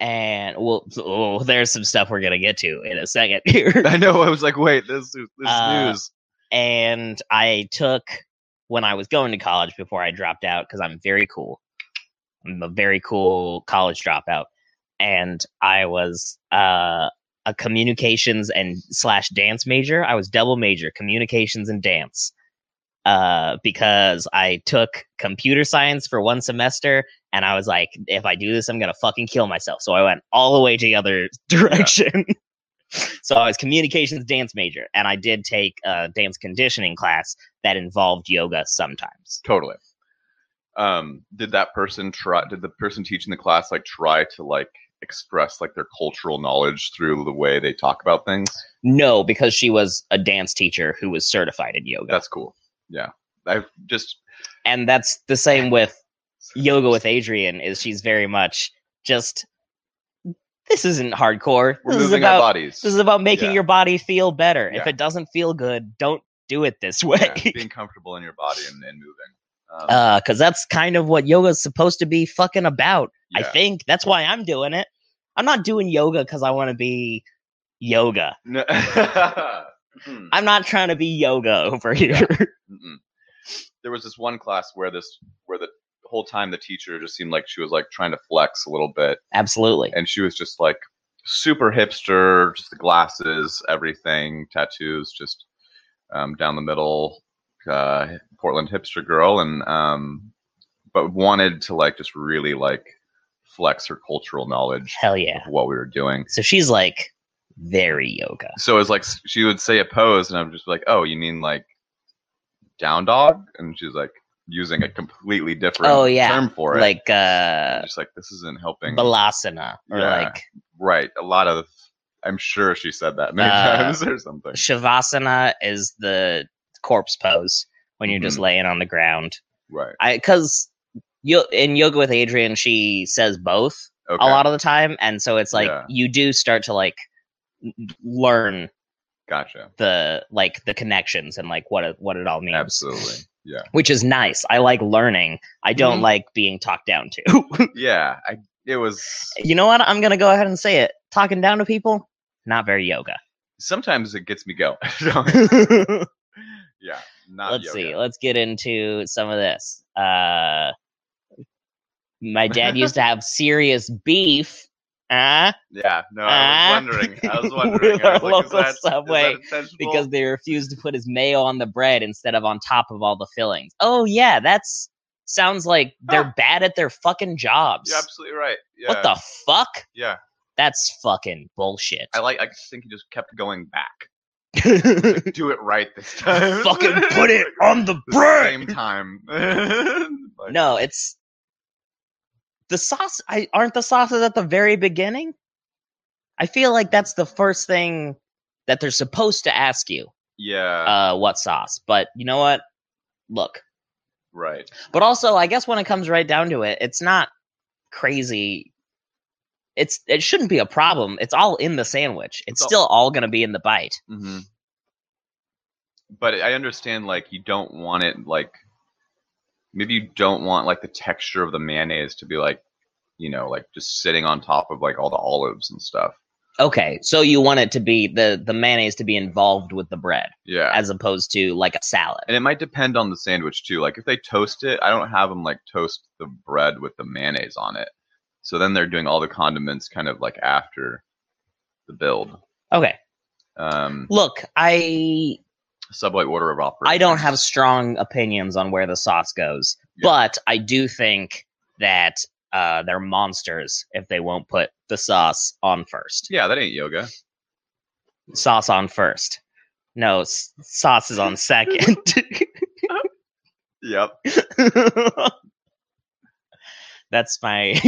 A: and well, oh, there's some stuff we're gonna get to in a second here.
B: I know. I was like, wait, this is this is
A: Uh,
B: news.
A: and I took when I was going to college before I dropped out because I'm very cool. I'm a very cool college dropout, and I was uh, a communications and slash dance major. I was double major, communications and dance, uh, because I took computer science for one semester, and I was like, if I do this, I'm gonna fucking kill myself. So I went all the way to the other direction. so I was communications dance major, and I did take a dance conditioning class that involved yoga sometimes.
B: Totally. Um, did that person try? Did the person teaching the class like try to like express like their cultural knowledge through the way they talk about things?
A: No, because she was a dance teacher who was certified in yoga.
B: That's cool. Yeah. I've just
A: and that's the same with yoga with Adrian is she's very much just this isn't hardcore.
B: we're
A: This is
B: moving our
A: about
B: bodies.
A: this is about making
B: Yeah.
A: your body feel better. If
B: Yeah.
A: it doesn't feel good, don't do it this
B: Yeah,
A: way.
B: being comfortable in your body and, and moving. Um,
A: Uh, cause that's kind of what yoga's supposed to be fucking about. I
B: yeah.
A: think that's why I'm doing it. I'm not doing yoga because I want to be yoga.
B: No- Hmm.
A: I'm not trying to be yoga over
B: Yeah.
A: here.
B: Mm-mm. There was this one class where this where the whole time the teacher just seemed like she was like trying to flex a little bit,
A: Absolutely.
B: and she was just like super hipster, just the glasses, everything, tattoos, just um, down the middle, uh, Portland hipster girl, and um, but wanted to like just really like flex her cultural knowledge
A: Hell yeah.
B: of what we were doing.
A: So she's like very yoga.
B: so it's like she would say a pose and i'm just like oh you mean like down dog and she's like using a completely different
A: Oh, yeah.
B: term for it
A: like
B: I'm
A: uh
B: just like this isn't helping
A: balasana or
B: Yeah.
A: like
B: right a lot of i'm sure she said that many
A: Uh,
B: times or something
A: shavasana is the corpse pose when you're just
B: Mhm.
A: laying on the ground.
B: right
A: I cuz yo- in yoga with Adrian she says both
B: okay
A: a lot of the time and so it's like
B: Yeah.
A: you do start to like learn
B: gotcha
A: the like the connections and like what it, what it all means.
B: absolutely yeah
A: Which is nice. I like learning. I don't
B: Mhm.
A: like being talked down to.
B: yeah i it was
A: you know what? I'm going to go ahead and say it. Talking down to people not very yoga.
B: sometimes it gets me going yeah not
A: let's see
B: yoga.
A: let's get into some of this uh my dad used to have serious beef uh,
B: yeah no i was
A: Ah.
B: wondering i was
A: With
B: wondering I
A: our
B: was like, is
A: local
B: that- is that
A: Subway,
B: intentional?
A: because they refused to put his mayo on the bread instead of on top of all the fillings oh yeah that's sounds like they're
B: Huh.
A: bad at their fucking jobs
B: you're absolutely right yeah
A: what the fuck
B: yeah
A: that's fucking bullshit
B: I like. I think he just kept going back.
A: Fucking
B: Do it right this time.
A: put it on the
B: The
A: bread.
B: Same time. Like,
A: No, it's the sauce. I aren't the sauces at the very beginning. I feel like that's the first thing that they're supposed to ask you.
B: Yeah.
A: Uh, what sauce? But you know what? Look,
B: right.
A: But also, I guess when it comes right down to it, it's not crazy. It's it shouldn't be a problem. It's all in the sandwich. It's
B: It's all-
A: still all going to be in the bite.
B: hmm But I understand, like, you don't want it, like, maybe you don't want, like, the texture of the mayonnaise to be, like, you know, like just sitting on top of, like, all the olives and stuff.
A: Okay, so you want it to be the the mayonnaise to be involved with the bread
B: Yeah.
A: as opposed to like a salad.
B: and it might depend on the sandwich, too. Like, if they toast it, I don't have them, like, toast the bread with the mayonnaise on it. So then they're doing all the condiments kind of, like, after the build.
A: Okay,
B: Um,
A: look, I
B: sublight order of operations.
A: I don't have strong opinions on where the sauce goes,
B: Yeah.
A: but I do think that uh, they're monsters if they won't put the sauce on first.
B: Yeah, that ain't yoga.
A: sauce on first. No, s- sauce is on second.
B: Yep.
A: That's my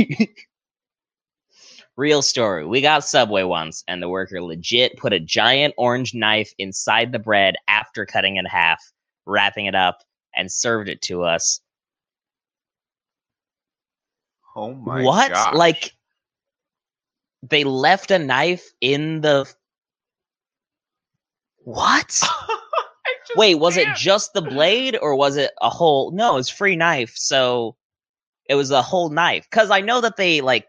A: real story. We got Subway once, and the worker legit put a giant orange knife inside the bread after cutting it in half, wrapping it up, and served it to us.
B: Oh my
A: what?
B: gosh.
A: Like, they left a knife in the. What? Wait, was it just the blade or was it a whole? No, it's free knife, so it was a whole knife. Because I know that they like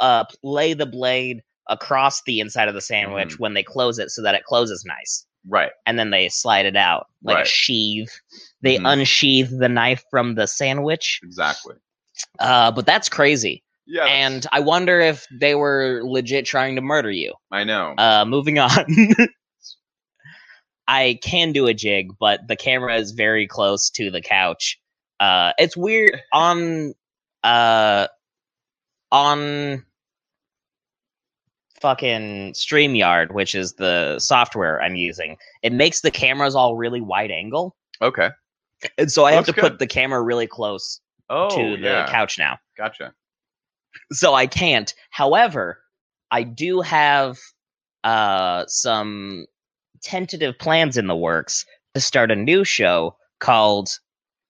A: uh lay the blade across the inside of the sandwich
B: Mhm.
A: when they close it, so that it closes nice,
B: right?
A: and then they slide it out like a
B: Right.
A: sheath. They
B: Mhm.
A: unsheath the knife from the sandwich.
B: Exactly.
A: Uh, but that's crazy,
B: Yeah. that's-
A: and I wonder if they were legit trying to murder you.
B: I know.
A: Uh, moving on. I can do a jig, but the camera is very close to the couch. Uh, it's weird on, uh, on fucking StreamYard, which is the software I'm using. It makes the cameras all really wide angle,
B: okay.
A: and so I have
B: That's
A: to put
B: good.
A: the camera really close
B: Oh,
A: to the
B: yeah.
A: couch now
B: gotcha.
A: so I can't. However, I do have uh, some tentative plans in the works to start a new show called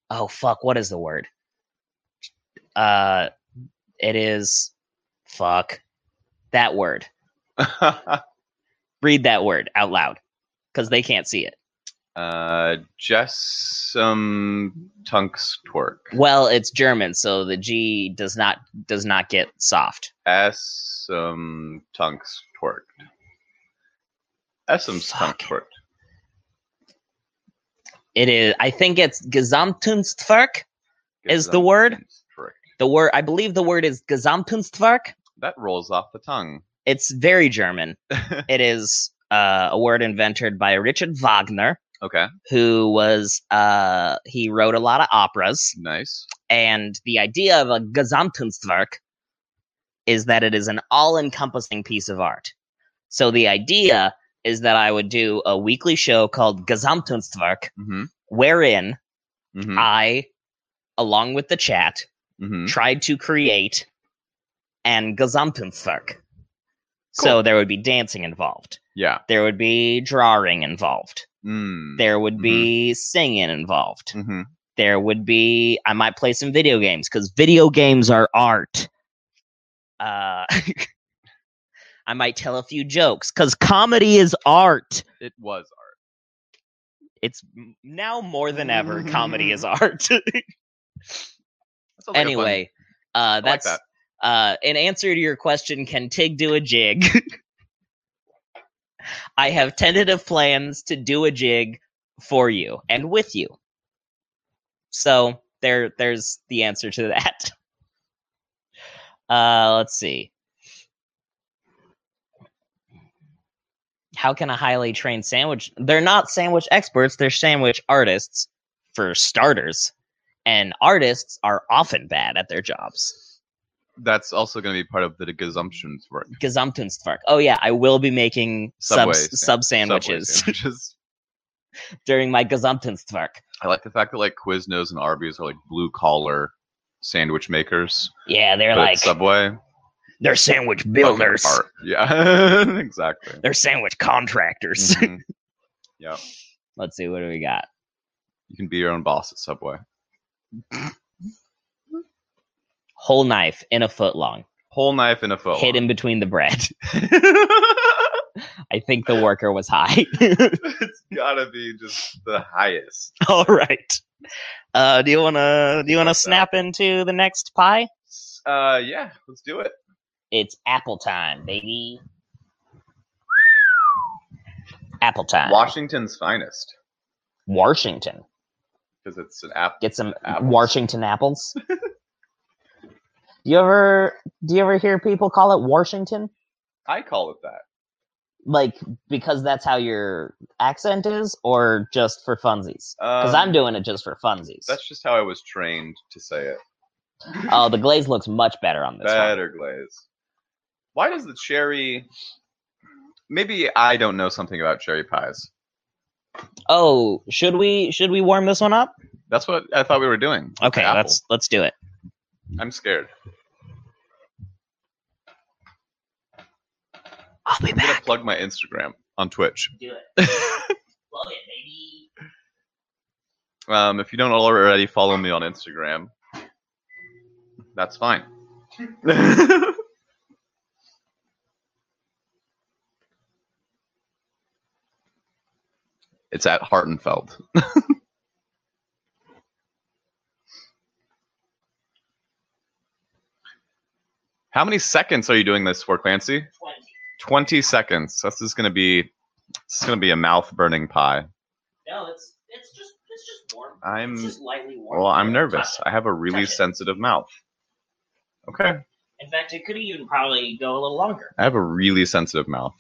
A: oh fuck, what is the word? Uh, it is fuck that word. Read that word out loud because they can't see it.
B: uh, just some tunks twerk.
A: Well, it's German, so the G does not does not get soft.
B: S some tunks twerk. S some
A: Fuck.
B: stunk twerk.
A: It is. I think it's Gesamtkunstwerk. Is the word?
B: Twerk.
A: The word I believe the word is Gesamtkunstwerk.
B: that rolls off the tongue?
A: It's very German. it is uh, a word invented by Richard Wagner,
B: Okay,
A: who was uh, he wrote a lot of operas,
B: nice.
A: and the idea of a Gesamtkunstwerk is that it is an all-encompassing piece of art. So the idea is that I would do a weekly show called Gesamtkunstwerk,
B: Mm-hmm.
A: wherein
B: Mm-hmm.
A: I, along with the chat,
B: mm-hmm.
A: tried to create an Gesamtkunstwerk. So
B: Cool.
A: there would be dancing involved.
B: Yeah.
A: There would be drawing involved.
B: Mm.
A: There would
B: Mhm.
A: be singing involved.
B: Mm-hmm.
A: There would be I might play some video games because video games are art. Uh, I might tell a few jokes because comedy is art.
B: It was art.
A: It's m- now more than ever, comedy is art.
B: That sounds like a fun-
A: anyway, uh,
B: I like
A: that's
B: that.
A: uh, in answer to your question, can Tig do a jig? I have tentative plans to do a jig for you and with you. So there, there's the answer to that. Uh, let's see. How can a highly trained sandwich? They're not sandwich experts. They're sandwich artists, for starters. And artists are often bad at their jobs.
B: that's also going to be part of the gazumptions work.
A: Gesamtkunstwerk. Oh yeah, I will be making sub
B: Subway
A: sub sandwiches
B: sandwiches.
A: during my Gesamtkunstwerk.
B: I like the fact that like Quiznos and Arby's are like blue collar sandwich makers.
A: Yeah, they're
B: but
A: like
B: Subway
A: they're sandwich builders.
B: fucking art. Yeah, exactly.
A: They're sandwich contractors.
B: Mhm. Yeah, Mm-hmm.
A: Let's see what do we got.
B: you can be your own boss at Subway.
A: Whole knife in a foot long,
B: Whole knife in a foot.
A: hidden between the bread. I think the worker was high.
B: it's gotta be just the highest.
A: All right. Uh, do you wanna do you wanna
B: Love that.
A: snap into the next pie?
B: Uh, yeah, let's do it.
A: It's apple time, baby. Apple time.
B: Washington's finest
A: Washington.
B: because it's an app.
A: Get some uh,
B: Apples.
A: Washington apples. do you ever do you ever hear people call it Washington?
B: I call it that.
A: Like because that's how your accent is, or just for funsies? Because
B: Um,
A: I'm doing it just for funsies.
B: That's just how I was trained to say it.
A: Oh, the glaze looks much better on this one.
B: Better glaze. Why does the cherry? Maybe I don't know something about cherry pies.
A: Oh, should we should we warm this one up?
B: That's what I thought we were doing.
A: Okay,
B: Apple.
A: let's let's do it.
B: I'm scared.
A: I'll be
B: I'm gonna plug my Instagram on Twitch.
A: Do it. Love it, baby.
B: Um, if you don't already follow me on Instagram, that's fine. it's at Hartenfeld. How many seconds are you doing this for, Clancy?
A: 20.
B: Twenty seconds. This is gonna be this is gonna be a mouth burning pie.
A: No, it's it's just it's just warm.
B: I'm
A: It's just lightly warm.
B: well, I'm
A: Touch
B: nervous.
A: it.
B: I have a really
A: Touch it.
B: sensitive mouth. Okay.
A: In fact, it could even probably go a little longer.
B: I have a really sensitive mouth.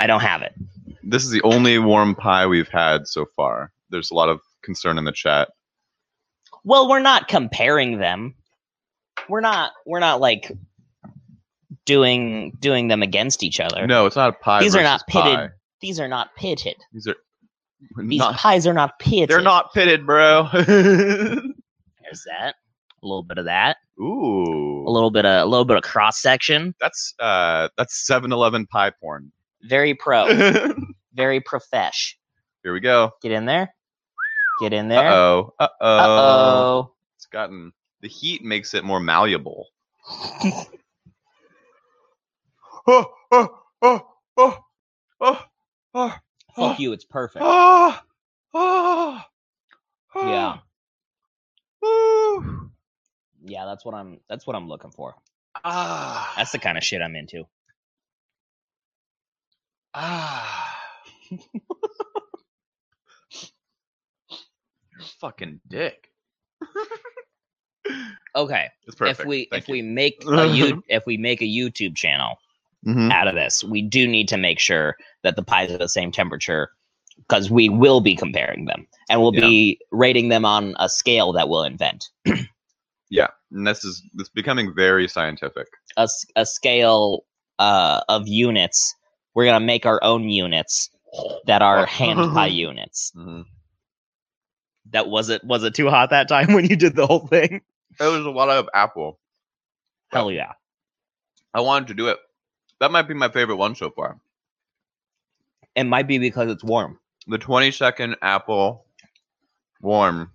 A: I don't have it.
B: This is the only warm pie we've had so far. There's a lot of concern in the chat.
A: Well, we're not comparing them. We're not we're not like doing doing them against each other.
B: No, it's not a pie.
A: These are
B: versus
A: not pitted.
B: pie.
A: These are not pitted.
B: These are we're
A: These
B: not.
A: pies are not pitted.
B: They're not pitted, bro.
A: There's that. A little bit of that. A
B: Ooh,
A: little bit of a little bit of cross section.
B: that's uh, that's 7-Eleven pie porn.
A: Very pro.
B: Here
A: very profesh.
B: we go.
A: Get in there. Get in
B: Uh
A: there.
B: oh. Uh oh.
A: Uh-oh.
B: It's gotten the heat makes it more malleable. oh, oh, oh, oh, oh, oh,
A: Fuck you, it's perfect.
B: Ah, ah,
A: Yeah.
B: ah, woo,
A: Yeah, that's what I'm that's what I'm looking for.
B: Ah.
A: That's the kind of shit I'm into.
B: Ah. You're a fucking dick.
A: Okay.
B: It's perfect.
A: If we
B: Thank
A: if
B: you.
A: we make a you if we make a YouTube channel
B: Mhm.
A: out of this, we do need to make sure that the pies are the same temperature because we will be comparing them and we'll be rating them on a scale that we'll invent.
B: yeah, and this is it's becoming very scientific.
A: A, s- a scale uh, of units. We're going to make our own units that are hand pie units.
B: Mhm.
A: That was it was it too hot that time when you did the whole thing?
B: There was a lot of apple.
A: Hell yeah.
B: I wanted to do it. That might be my favorite one so far.
A: It might be because it's warm.
B: the 20 second apple warm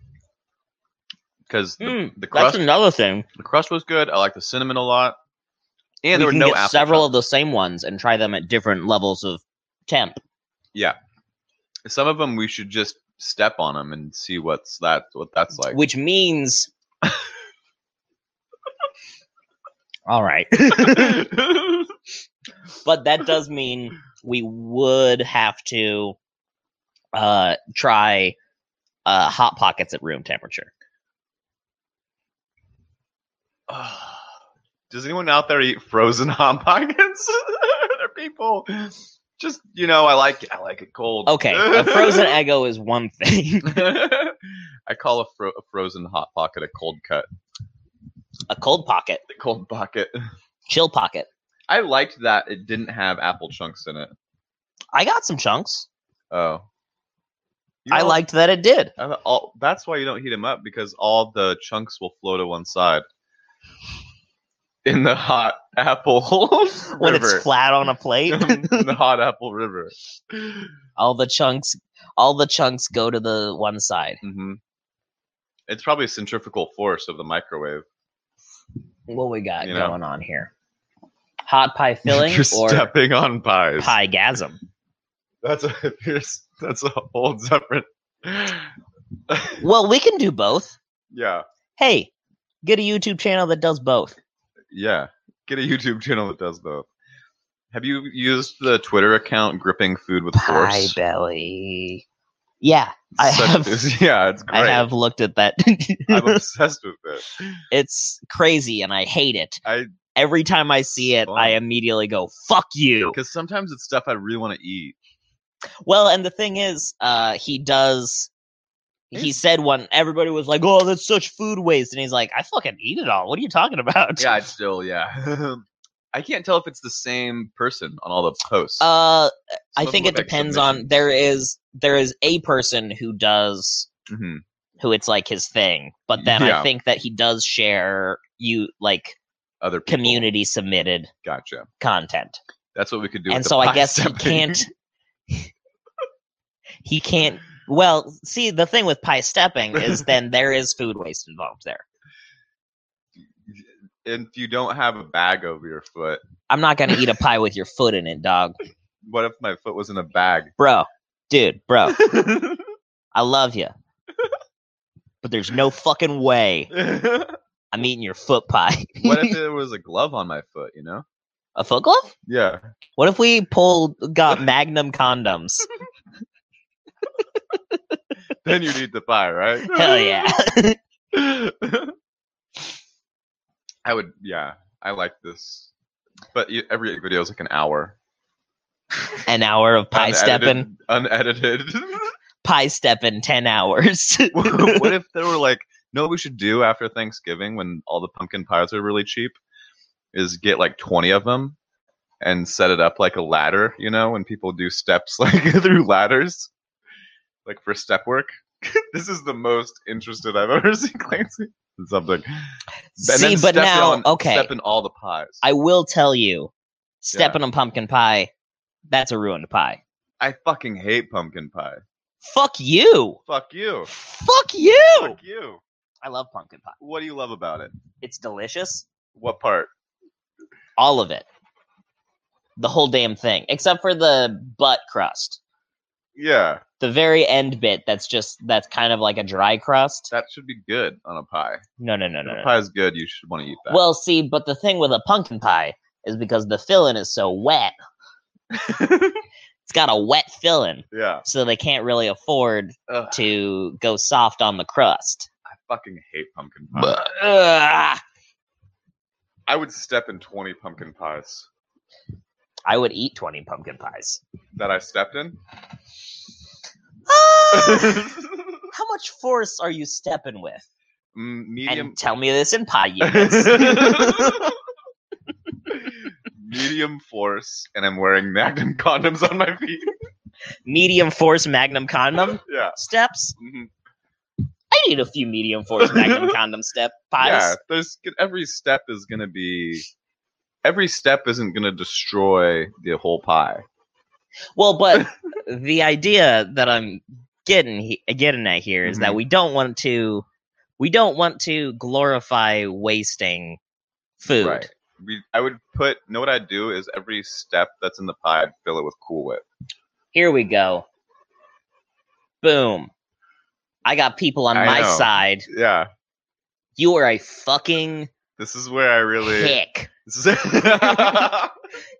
B: because the,
A: Mm,
B: the crust
A: another thing.
B: the crust was good i like the cinnamon a lot
A: we
B: and there were
A: can
B: no
A: get
B: apple
A: several
B: chunks.
A: of the same ones and try them at different levels of temp.
B: some of them we should just step on them and see what's that what that's like
A: which means all right but that does mean we would have to uh try uh hot pockets at room temperature
B: does anyone out there eat frozen hot pockets are there people Just you know, I like it. I like it cold.
A: Okay, a frozen Eggo is one thing.
B: I call a, fro- a frozen hot pocket a cold cut.
A: a cold pocket,
B: The cold pocket.
A: chill pocket.
B: I liked that it didn't have apple chunks in it.
A: I got some chunks.
B: Oh, You
A: I
B: all-
A: liked that it did.
B: I thought all, that's why you don't heat them up because all the chunks will flow to one side in the hot apple river.
A: When it's flat on a plate,
B: in the hot apple river.
A: all the chunks, all the chunks go to the one side.
B: hmm It's probably a centrifugal force of the microwave.
A: What we got
B: You know.
A: going on here? Hot pie filling
B: you're
A: or
B: stepping on pies.
A: pie gasm?
B: That's a you're s- that's a whole different.
A: Well, we can do both.
B: yeah,
A: Hey, get a YouTube channel that does both.
B: yeah. Get a YouTube channel that does both. Have you used the Twitter account gripping food with
A: Pie
B: force?
A: belly. Yeah, I have-
B: is- yeah, it's great.
A: I have looked at that.
B: I'm obsessed with it.
A: it's crazy and I hate it.
B: I-
A: Every time I see it, I
B: Fun.
A: immediately go, fuck you.
B: Because sometimes it's stuff I really want to eat.
A: Well, and the thing is, uh, he does. He
B: He's-
A: said one. Everybody was like, "Oh, that's such food waste," and he's like, "I fucking eat it all. What are you talking about?"
B: Yeah, it's still, yeah. I can't tell if it's the same person on all the posts.
A: Uh, I
B: Some of
A: think
B: them
A: it
B: look like
A: depends on.
B: submissions.
A: There is there is a person who does
B: Mhm.
A: who it's like his thing, but then I
B: Yeah.
A: think that he does share you like
B: other people.
A: community submitted
B: Gotcha.
A: content,
B: That's what we could do.
A: and
B: with the
A: so I
B: pie
A: guess he
B: stuffing.
A: can't. he can't. Well, see, the thing with pie stepping is then there is food waste involved there.
B: If you don't have a bag over your foot,
A: I'm not gonna eat a pie with your foot in it, dog.
B: what if my foot was in a bag?
A: Bro, dude, bro, I love you, but there's no fucking way
B: what
A: I'm eating your foot pie.
B: if there was a glove on my foot? You know?
A: a foot glove?
B: Yeah.
A: What if we pulled got Magnum condoms?
B: Then you'd eat the pie, right?
A: Hell yeah!
B: I would, yeah, I like this. But you, every video is like an hour.
A: An hour of pie stepping,
B: Unedited- Unedited.
A: pie stepping, ten hours.
B: what if there were like, no, what we should do after Thanksgiving when all the pumpkin pies are really cheap is get like 20 of them and set it up like a ladder, you know, when people do steps like through ladders, like for step work. this is the most interested I've ever seen Clancy. in Something. And
A: See,
B: then
A: but
B: step
A: now,
B: on-
A: okay,
B: Step in all the pies.
A: I will tell you, stepping on pumpkin pie, that's a ruined pie.
B: I fucking hate pumpkin pie.
A: Fuck you.
B: Fuck you.
A: Fuck you.
B: Fuck you.
A: I love pumpkin pie.
B: What do you love about it?
A: It's delicious.
B: What part?
A: all of it the whole damn thing except for the butt crust
B: Yeah,
A: the very end bit that's just that's kind of like a dry crust
B: that should be good on a pie.
A: no no no
B: If
A: no,
B: a
A: no.
B: pie is good, you should want to eat that.
A: well see but the thing with a pumpkin pie is because the filling is so wet it's got a wet filling
B: yeah.
A: so they can't really afford
B: Ugh,
A: to go soft on the crust
B: I fucking hate pumpkin pie.
A: But- Ugh.
B: I would step in 20 pumpkin pies
A: i would eat 20 pumpkin pies
B: that I stepped in.
A: Ah,
B: Mm,
A: how much force are you stepping with
B: medium
A: and tell me this in pie units
B: medium force and I'm wearing Magnum condoms on my feet.
A: medium force magnum condom
B: Yeah.
A: steps
B: mhm.
A: I need a few medium force magnum condom step pies.
B: Yeah, there's every step is gonna be every step isn't gonna destroy the whole pie.
A: Well, but the idea that I'm getting he- getting at here is that
B: Mhm.
A: we don't want to we don't want to glorify wasting food.
B: Right. We, I would put know what I'd do is every step that's in the pie, I'd fill it with Cool Whip.
A: Here we go. Boom. I got people on
B: I
A: my
B: know.
A: side.
B: Yeah,
A: You are a fucking
B: this is where I really.
A: hick.
B: This is- Hick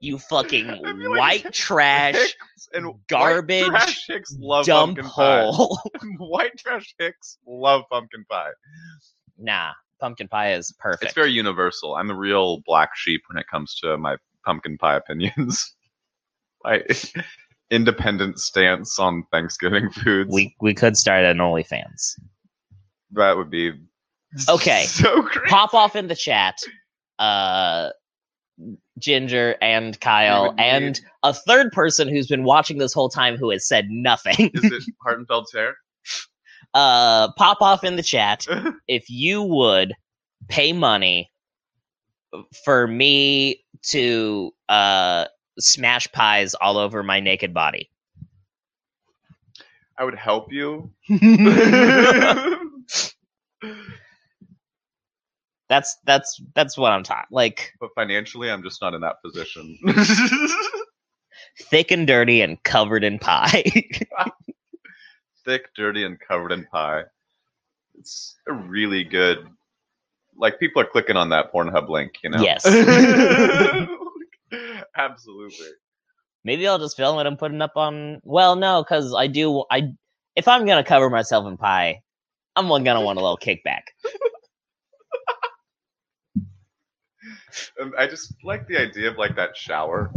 A: You fucking
B: I feel like-
A: white trash
B: and white
A: Garbage
B: trash hicks love
A: dump
B: pumpkin
A: hole.
B: pie. White trash hicks love pumpkin pie.
A: nah, pumpkin pie is perfect.
B: It's very universal. I'm a real black sheep when it comes to my pumpkin pie opinions. I independent stance on Thanksgiving foods.
A: We we could start an OnlyFans.
B: that would be
A: Okay.
B: So great.
A: Pop off in the chat. Uh Ginger and
B: We
A: Kyle
B: would need-
A: and a third person who's been watching this whole time who has said nothing.
B: is it Hartenfeld's hair?
A: Uh pop off in the chat if you would pay money for me to uh smash pies all over my naked body.
B: I would help you.
A: That's that's that's what I'm talking. Like
B: but financially, I'm just not in that position.
A: thick and dirty and covered in pie.
B: Thick, dirty, and covered in pie. It's a really good. Like people are clicking on that Pornhub link, you know.
A: Yes.
B: Absolutely.
A: Maybe I'll just film it and put it up on. Well, no, because I do. I if I'm gonna cover myself in pie, I'm gonna want a little kickback.
B: Um, I just like the idea of like that shower,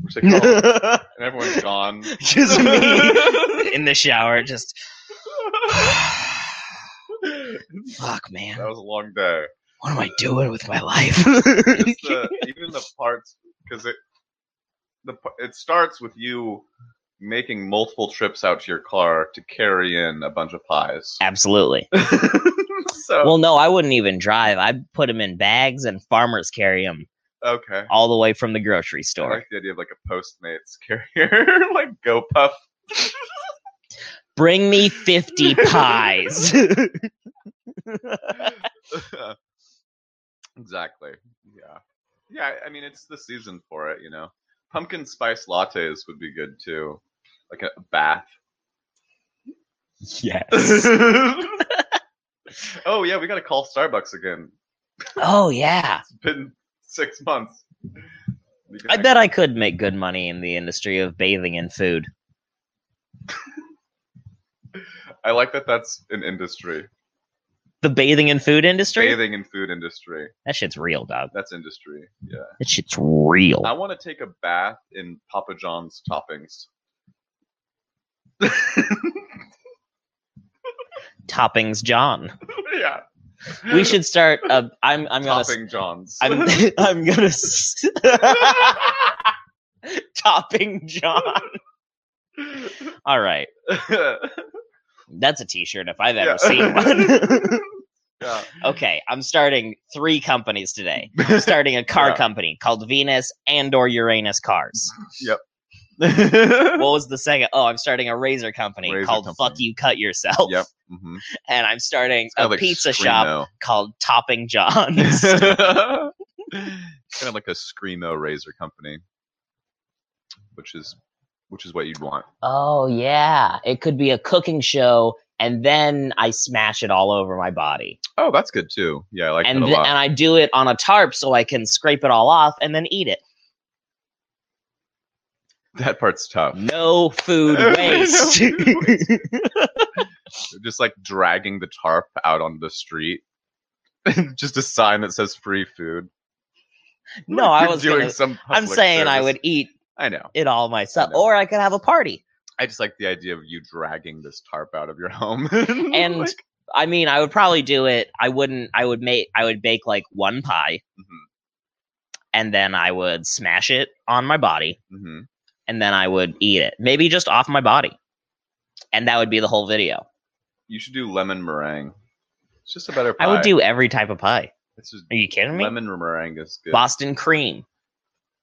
B: which they call, and everyone's gone.
A: just me in the shower, just
B: that
A: fuck, man.
B: was a long day.
A: What am I doing with my life?
B: Just the, even the parts because it the p- it starts with you making multiple trips out to your car to carry in a bunch of pies.
A: Absolutely.
B: so
A: Well, no, I wouldn't even drive. I put them in bags, and farmers carry them
B: okay,
A: all the way from the grocery
B: I
A: store.
B: like the idea of like a Postmates carrier, like GoPuff.
A: Bring me fifty pies.
B: exactly. Yeah. Yeah. I mean, it's the season for it, you know. Pumpkin spice lattes would be good too, like a bath.
A: yes.
B: oh yeah, we got to call Starbucks again.
A: Oh yeah.
B: It's been six months. We can
A: I bet I could make good money in the industry of bathing and food.
B: act- I like that. That's an industry.
A: The bathing and food industry?
B: Bathing and food industry.
A: That shit's real, dog.
B: That's industry. Yeah.
A: That shit's real.
B: I want to take a bath in Papa John's toppings.
A: Toppings John.
B: yeah.
A: We should start uh, I'm I'm gonna s-
B: topping John's.
A: I'm I'm gonna s- Topping John. All right. That's a t-shirt if I've ever
B: Yeah.
A: seen one.
B: yeah.
A: okay, I'm starting three companies today. I'm starting a car
B: Yeah.
A: company called Venus and or Uranus Cars.
B: yep.
A: What was the second? Oh, I'm starting a razor company
B: Razor
A: called
B: company.
A: Fuck You Cut Yourself.
B: hmm
A: and I'm starting a pizza shop called Topping John's.
B: kind of like a screamo razor company, which is which is what you'd want.
A: oh yeah, it could be a cooking show, and then I smash it all over my body,
B: Oh, that's good too. Yeah, I like
A: and
B: that a
A: th-
B: lot.
A: and I do it on a tarp so I can scrape it all off and then eat it.
B: that part's tough.
A: No food
B: No
A: waste.
B: food Just like dragging the tarp out on the street. Just a sign that says free food.
A: no, I
B: You're
A: was.
B: doing
A: Gonna,
B: some.
A: I'm
B: public
A: saying I
B: service.
A: would eat
B: I know.
A: it all myself,
B: I know.
A: or I could have a party.
B: I just like the idea of you dragging this tarp out of your home.
A: And
B: Mm, Like,
A: I mean, I would probably do it. I wouldn't. I would make. I would bake like one pie,
B: mhm,
A: and then I would smash it on my body.
B: mhm.
A: and then I would eat it. Maybe just off my body. And that would be the whole video.
B: you should do lemon meringue. It's just a better pie.
A: I would do every type of pie.
B: It's just
A: Are you kidding me?
B: lemon meringue is good.
A: Boston cream.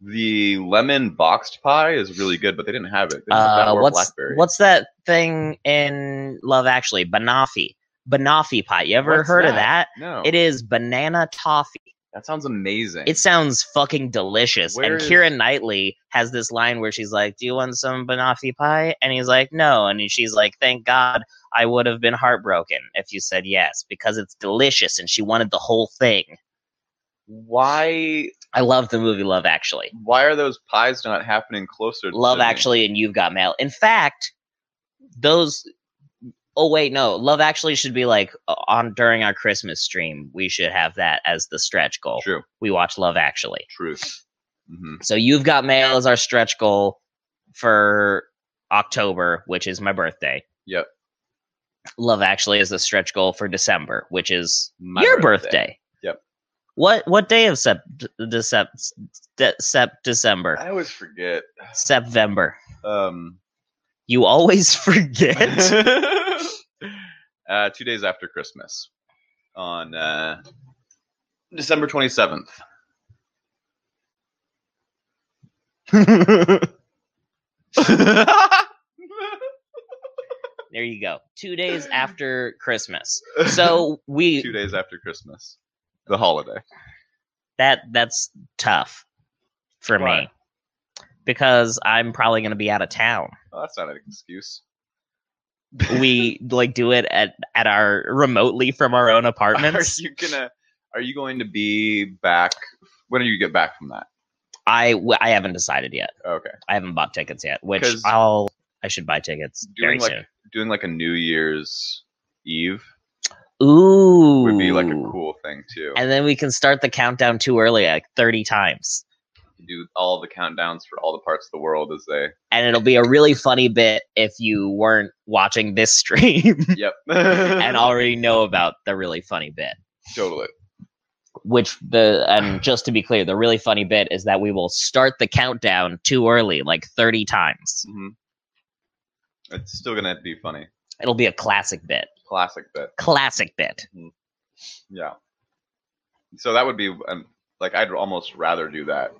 B: The lemon boxed pie is really good, but they didn't have it. They didn't have that
A: Uh,
B: or
A: what's
B: blackberry.
A: what's that thing in Love Actually? Banoffee. Banoffee pie. You ever
B: What's
A: heard of that?
B: that? no?
A: It is banana toffee.
B: that sounds amazing.
A: It sounds fucking delicious.
B: Where
A: and
B: is-
A: Kieran Knightley has this line where she's like, "Do you want some banoffee pie?" And he's like, "No." And she's like, "Thank God, I would have been heartbroken if you said yes because it's delicious." And she wanted the whole thing.
B: why
A: I love the movie Love Actually.
B: why are those pies not happening closer? to
A: Love
B: me?
A: Actually and You've Got Mail. In fact, those. Oh wait, no. Love Actually should be like uh, on during our Christmas stream. We should have that as the stretch goal.
B: True,
A: We watch Love Actually.
B: truth. hmm
A: So You've Got Mail is our stretch goal. for October, which is my birthday.
B: Yep.
A: Love actually is the stretch goal for December, which is
B: My
A: your birthday.
B: Yep.
A: What what day of sep de, sep, de, sep December?
B: I always forget.
A: September.
B: Um,
A: You always forget.
B: uh, two days after Christmas, on uh, December twenty seventh.
A: there you go. Two days after Christmas. So we
B: two days after Christmas, the holiday.
A: that that's tough for me
B: Why?
A: because I'm probably going to be out of town.
B: Oh, that's not an excuse.
A: We like do it at at our remotely from our own
B: Are
A: apartments.
B: you gonna? Are you going to be back? When do you get back from that?
A: I w- I haven't decided yet.
B: Okay,
A: I haven't bought tickets yet, which
B: 'Cause-
A: I'll I should buy tickets very
B: doing like
A: soon.
B: doing like a New Year's Eve
A: Ooh,
B: would be like a cool thing too.
A: And then we can start the countdown too early, like thirty times,
B: do all the countdowns for all the parts of the world as they.
A: and it'll be a really funny bit if you weren't watching this stream
B: Yep.
A: and already know about the really funny bit.
B: totally.
A: which the and just to be clear, the really funny bit is that we will start the countdown too early, like thirty times.
B: hmm It's still gonna be funny.
A: It'll be a classic bit.
B: Classic bit.
A: Classic bit.
B: Yeah. So that would be um, like I'd almost rather do that.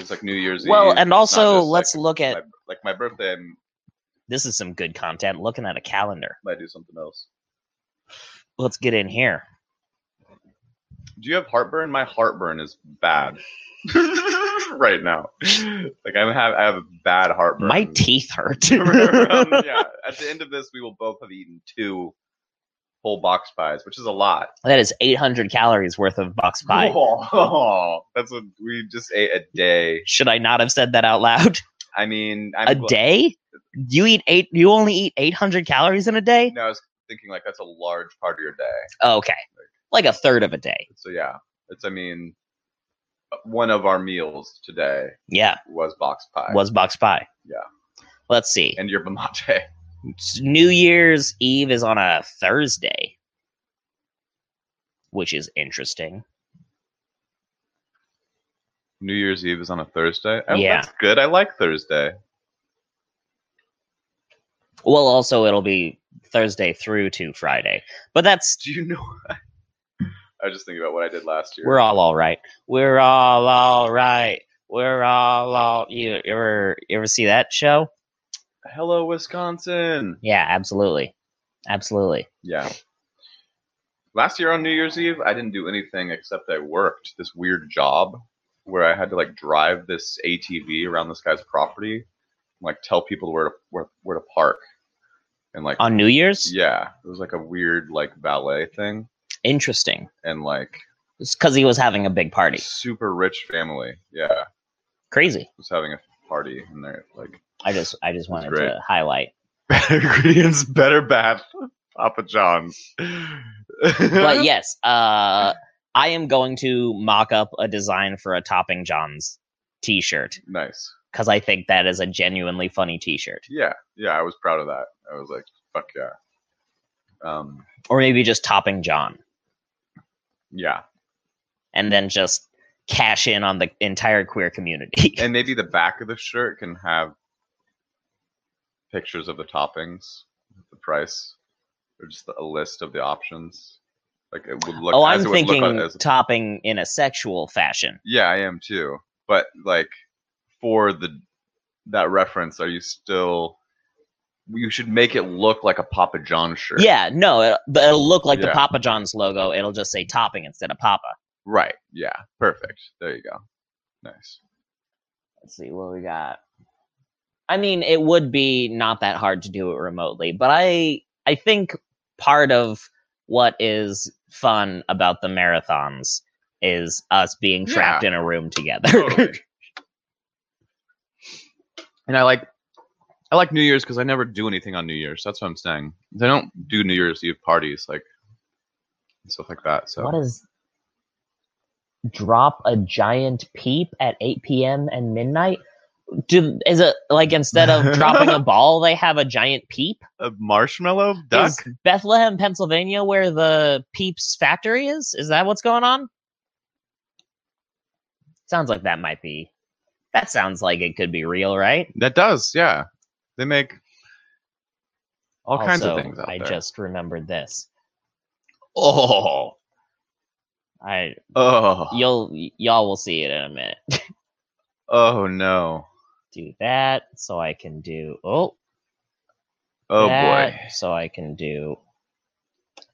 B: It's like New Year's Eve.
A: Well,
B: It's
A: and
B: not
A: also
B: just, like,
A: let's look at
B: my, like my birthday. I'm,
A: this is some good content. Looking at a calendar.
B: I might do something else.
A: Let's get in here.
B: Do you have heartburn? My heartburn is bad right now. Like I'm have I have a bad heartburn.
A: My teeth hurt.
B: Um, yeah. At the end of this, we will both have eaten two whole box pies, which is a lot.
A: that is eight hundred calories worth of box pie.
B: Oh, that's what we just ate a day.
A: Should I not have said that out loud?
B: I mean, I'm
A: A
B: gl-
A: day? You eat eight. You only eat eight hundred calories in a day.
B: No, I was thinking like that's a large part of your day.
A: Okay, like a third of a day.
B: So yeah, it's I mean, uh, one of our meals today
A: Yeah,
B: was box pie.
A: was box pie.
B: Yeah.
A: Let's see.
B: and yerba mate.
A: s- New Year's Eve is on a Thursday, which is interesting.
B: New Year's Eve is on a Thursday. Oh,
A: Yeah.
B: that's good. I like Thursday.
A: Well, also it'll be Thursday through to Friday, but that's
B: Do you know? I was just thinking about what I did last year.
A: we're all all right. We're all all right. We're all all. You ever you ever see that show?
B: Hello, Wisconsin.
A: Yeah, absolutely, absolutely.
B: Yeah. Last year on New Year's Eve, I didn't do anything except I worked this weird job where I had to like drive this ATV around this guy's property, and, like tell people where to where, where to park, and like
A: On New Year's,
B: yeah, it was like a weird like valet thing,
A: interesting.
B: and like
A: It's because he was having a big party.
B: super rich family, yeah,
A: Crazy.
B: was having a party, and they're like
A: I just I just wanted
B: great.
A: to highlight.
B: better ingredients, better bath, Papa John's.
A: but yes, uh, I am going to mock up a design for a Topping John's T-shirt
B: nice.
A: because I think that is a genuinely funny T-shirt,
B: Yeah, yeah, I was proud of that. I was like, fuck yeah. Um,
A: or maybe just Topping John,
B: yeah,
A: and then just cash in on the entire queer community.
B: and maybe the back of the shirt can have pictures of the toppings, the price, or just a list of the options. Like it would look.
A: oh,
B: as
A: I'm
B: it would look
A: thinking
B: on- as-
A: topping in a sexual fashion.
B: yeah, I am too. But like for the that reference, are you still? You should make it look like a Papa John shirt.
A: Yeah, no, it, but it'll look like the
B: Yeah.
A: Papa John's logo. It'll just say topping instead of Papa.
B: Right. Yeah. Perfect. There you go. Nice.
A: Let's see what we got. I mean, it would be not that hard to do it remotely, but I I think part of what is fun about the marathons is us being
B: Yeah.
A: trapped in a room together.
B: Totally. and I like I like New Year's because I never do anything on New Year's. That's what I'm saying. They don't do New Year's Eve parties like and stuff like that. So
A: What is drop a giant peep at 8 p.m. and midnight? do is it like instead of dropping a ball they have a giant peep
B: A marshmallow duck?
A: is bethlehem pennsylvania where the peeps factory is is that what's going on sounds like that might be that sounds like it could be real right
B: That does, yeah. They make all kinds of
A: Also,
B: things out
A: i
B: there.
A: just remembered this
B: oh,
A: i
B: oh,
A: you'll y'all will see it in a minute
B: oh no,
A: do that so i can do oh
B: oh boy,
A: that, so i can do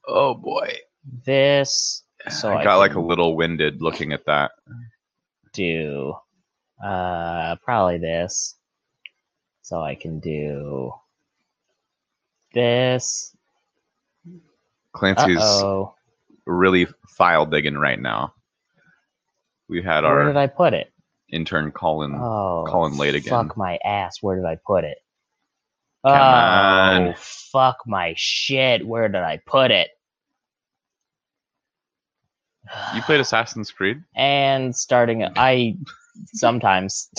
B: oh boy.
A: this so
B: I
A: i,
B: got like a
A: can
B: little winded looking at that.
A: do uh probably this so i can do this
B: Clancy's
A: oh
B: really file digging right now. We had
A: where
B: our
A: did i put it
B: intern Colin.
A: oh
B: Colin late again.
A: fuck my ass where did i put it
B: Come
A: oh
B: on.
A: fuck my shit where did i put it
B: You played Assassin's Creed?
A: and starting i sometimes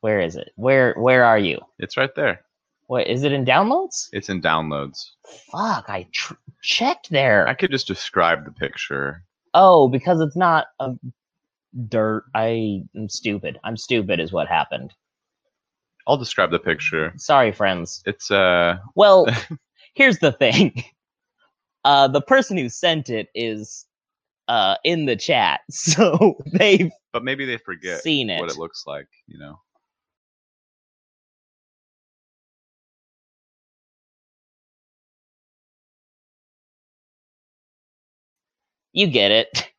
A: where is it where where are you
B: It's right there.
A: what is it in downloads
B: It's in downloads.
A: fuck i tr- checked there
B: I could just describe the picture.
A: oh because it's not a dirt i am stupid i'm stupid is what happened
B: I'll describe the picture.
A: sorry friends
B: It's uh
A: well here's the thing uh the person who sent it is uh in the chat so they've
B: but maybe they forget
A: seen it
B: what it looks like, you know.
A: you get it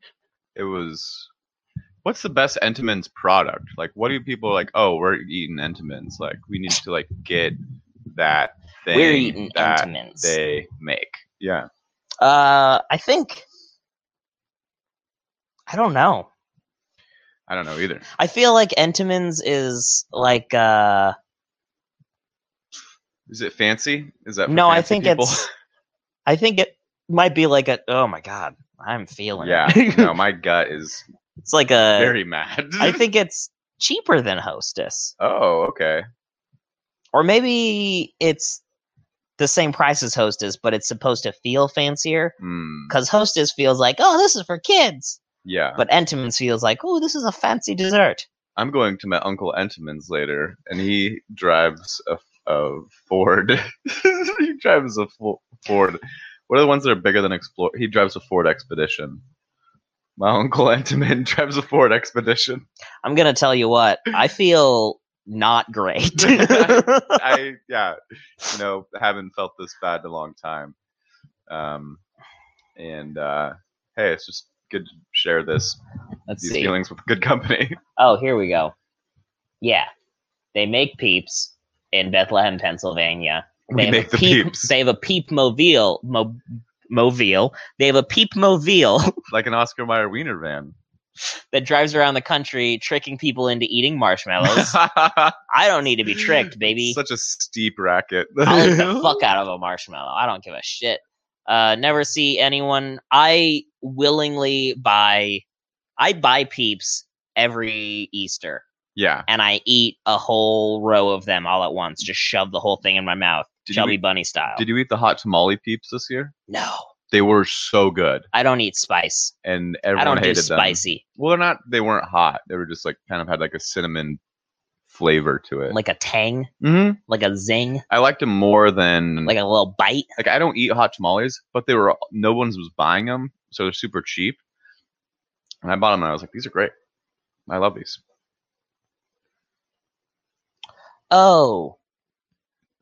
B: It was what's the best Entenmann's product? Like what do people like, oh, we're eating Entenmann's. Like we need to like get that thing
A: we're eating
B: that
A: intimates
B: they make. Yeah.
A: Uh, I think. I don't know.
B: I don't know either.
A: I feel like Entenmann's is like uh
B: Is it fancy? Is that for
A: no, I
B: fancy
A: think
B: people?
A: it's I think it might be like a oh my god, I'm feeling
B: yeah.
A: it.
B: No, my gut is
A: it's like a. Uh, I
B: very mad.
A: think it's cheaper than Hostess.
B: Oh, okay.
A: Or maybe it's the same price as Hostess, but it's supposed to feel fancier
B: Mm,
A: cuz Hostess feels like, "Oh, this is for kids."
B: yeah.
A: But Entenmann's feels like, "Oh, this is a fancy dessert."
B: I'm going to my uncle Entenmann's later, and he drives a, a Ford. he drives a Fo- Ford. What are the ones that are bigger than Explore? He drives a Ford Expedition. My uncle Entenmann drives a Ford Expedition.
A: I'm gonna tell you what I feel not great.
B: I yeah, you know, haven't felt this bad in a long time. Um, and uh, hey, it's just good to share this
A: Let's
B: these
A: see.
B: feelings with good company.
A: Oh, here we go. Yeah, they make peeps in Bethlehem, Pennsylvania. They
B: We
A: have
B: make
A: a
B: the
A: peep,
B: peeps
A: They have a peep mobile. Mo- mobile. They have a peep mobile
B: like an Oscar Mayer Wiener van.
A: that drives around the country tricking people into eating marshmallows. I don't need to be tricked, baby.
B: Such a steep racket.
A: I'll eat the fuck out of a marshmallow. I don't give a shit. Uh, never see anyone. I willingly buy. I buy peeps every Easter,
B: yeah.
A: and I eat a whole row of them all at once. Just shove the whole thing in my mouth,
B: Did you,
A: chubby
B: eat,
A: bunny style.
B: did you eat the hot tamale peeps this year?
A: no,
B: They were so good,
A: I don't eat spice.
B: and everyone
A: I don't do
B: hated
A: spicy,
B: them. Well, they're not. They weren't hot. They were just like kind of had like a cinnamon flavor to it.
A: like a tang,
B: hmm
A: like a zing,
B: I liked them more than
A: like a little bite.
B: like I don't eat hot tamales, but they were no one's was buying them, so they're super cheap. And I bought them, and I was like, these are great. I love these.
A: Oh,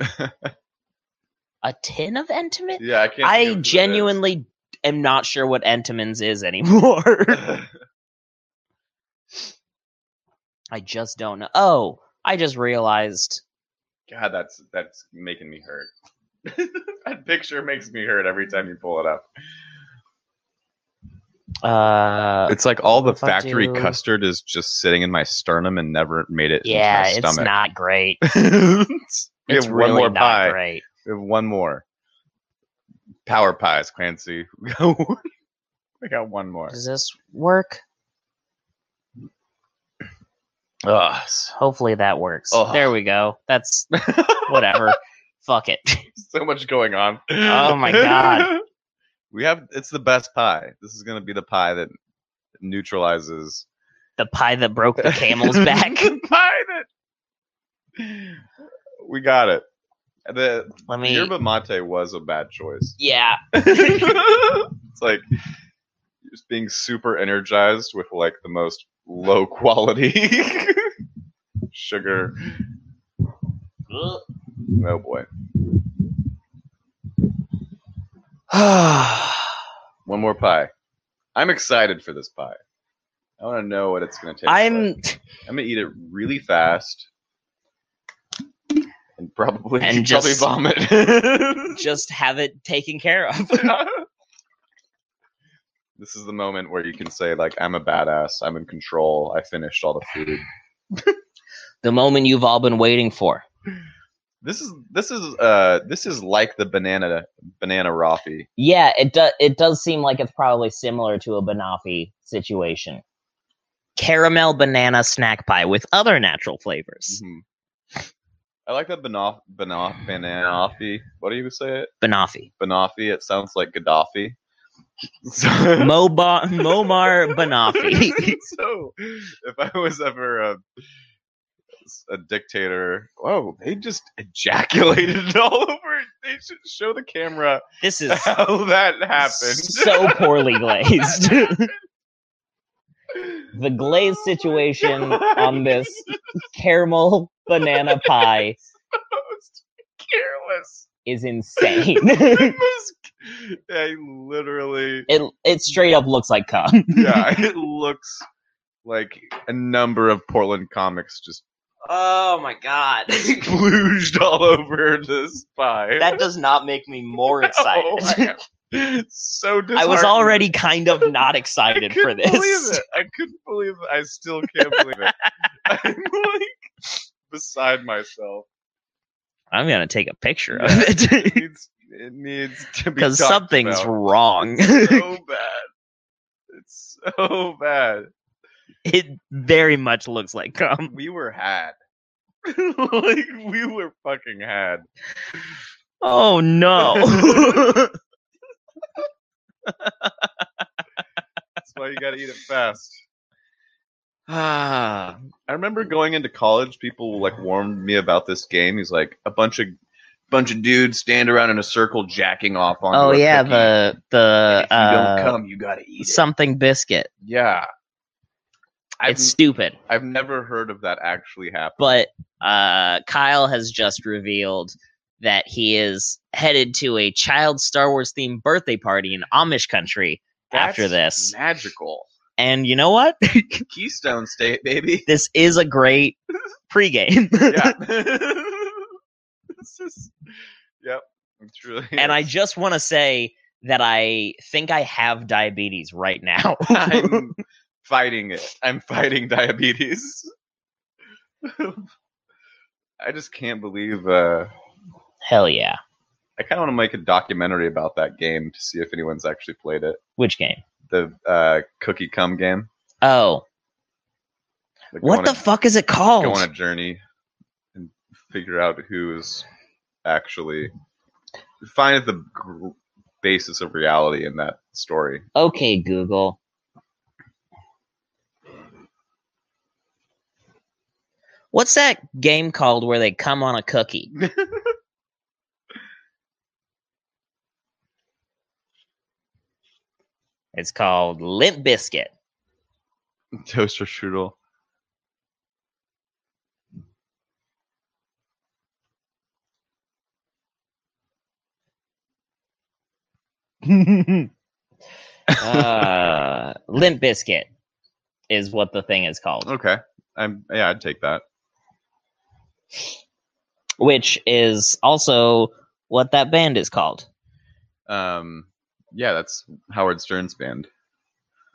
A: a tin of Entenmann.
B: Yeah, I can't.
A: I genuinely am not sure what Entenmann's is anymore. I just don't know. Oh, I just realized.
B: God, that's that's making me hurt. that picture makes me hurt every time you pull it up.
A: Uh,
B: It's like all the
A: If I
B: factory
A: do-
B: custard is just sitting in my sternum and never made it.
A: yeah,
B: into
A: it's
B: my stomach.
A: not great.
B: we
A: it's
B: have
A: really
B: one more
A: not
B: pie.
A: great.
B: We have one more. Power pies, Clancy. we got one- we got one more.
A: Does this work?
B: Ugh.
A: Hopefully that works.
B: Ugh.
A: There we go. That's whatever. Fuck it.
B: so much going on.
A: Oh my God.
B: we have it's the best pie. This is gonna be the pie that neutralizes
A: The pie that broke the camel's back.
B: the pie that we got it. The
A: Let me.
B: yerba mate was a bad choice.
A: yeah.
B: it's like just being super energized with like the most low quality sugar. Oh boy.
A: I'm
B: One more pie. I'm excited for this pie. I want to know what it's going to taste like. I'm going to eat it really fast and probably
A: And
B: probably
A: just-
B: vomit.
A: just have it taken care of.
B: this is the moment where you can say like I'm a badass. I'm in control. I finished all the food.
A: The moment you've all been waiting for.
B: This is this is uh this is like the banana banana rafi.
A: Yeah, it does. It does seem like it's probably similar to a banoffee situation. Caramel banana snack pie with other natural flavors.
B: Mhm. I like that banoff banoff bananafi. What do you say it?
A: Banoffee.
B: Banoffee. It sounds like Gaddafi.
A: Moba- Momar Banoffee.
B: so if I was ever a, a dictator, whoa, they just ejaculated it all over. They should show the camera
A: This is
B: how that happened.
A: so poorly glazed. the glaze situation on this caramel banana pie
B: Most careless.
A: is insane.
B: Most- I literally,
A: it it straight up looks like cum.
B: yeah, it looks like a number of Portland comics just
A: Oh my god.
B: splooged all over this pie.
A: that does not make me more excited.
B: Oh, I am so disheartened.
A: I was already kind of not
B: I
A: excited for
B: couldn't believe
A: this.
B: it. I couldn't believe it. I still can't believe it. I'm like beside myself.
A: I'm gonna take a picture
B: Yeah.
A: it
B: It needs, it needs to be
A: because
B: talked
A: something's
B: about.
A: wrong.
B: It's so bad. It's so bad.
A: it very much looks like cum.
B: We were had. like we were fucking had.
A: Oh no.
B: That's why you gotta eat it fast.
A: ah,
B: I remember going into college, people like warned me about this game. He's like a bunch of bunch of dudes stand around in a circle jacking off on.
A: oh yeah, the the
B: if you
A: uh,
B: don't come, you gotta eat it.
A: something biscuit.
B: yeah, I've,
A: It's stupid,
B: I've never heard of that actually happen.
A: but uh, Kyle has just revealed that he is headed to a child Star Wars themed birthday party in Amish country after
B: That's
A: this.
B: magical
A: And you know what?
B: Keystone State, baby.
A: this is a great pregame.
B: yeah, this is. Yep, it's really.
A: and I just want to say that I think I have diabetes right now.
B: I'm fighting it. I'm fighting diabetes. I just can't believe. Uh,
A: Hell yeah.
B: I kind of want to make a documentary about that game to see if anyone's actually played it.
A: Which game?
B: The uh, cookie cum game.
A: Oh,
B: Like, go
A: what
B: on
A: the
B: a-
A: fuck is it
B: Go
A: called?
B: on a journey and figure out who's actually find the gr- basis of reality in that story.
A: okay, Google. What's that game called where they come on a cookie? it's called Limp Biscuit.
B: Toaster strudel.
A: uh, Limp Biscuit is what the thing is called,
B: Okay, I'm yeah, I'd take that.
A: which is also what that band is called.
B: Um, yeah, that's Howard Stern's band.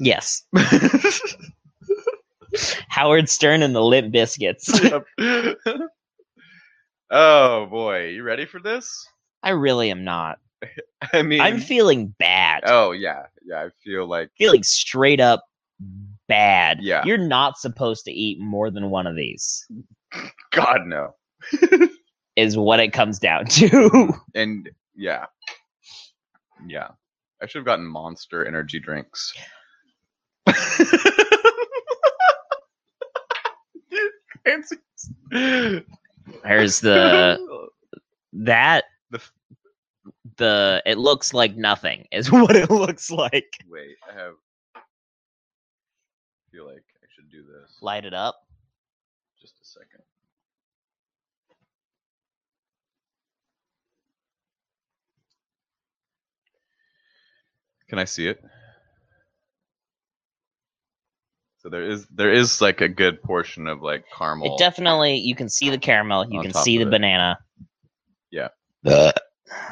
A: Yes, Howard Stern and the Limp Biscuits.
B: oh boy, you ready for this?
A: I really am not.
B: I mean,
A: I'm feeling bad.
B: oh yeah, yeah. I feel like
A: feeling straight up bad.
B: Yeah.
A: You're not supposed to eat more than one of these,
B: God no.
A: is what it comes down to.
B: And yeah, yeah. I should have gotten Monster energy drinks. Fancy.
A: There's the that
B: The f-
A: the it looks like nothing is what it looks like.
B: Wait, I have. I feel like I should do this.
A: Light it up.
B: Just a second. Can I see it? So there is there is like a good portion of like caramel.
A: It definitely you can see the caramel, you
B: On
A: can
B: top
A: see
B: of
A: the
B: it.
A: banana.
B: Yeah.
A: Ugh.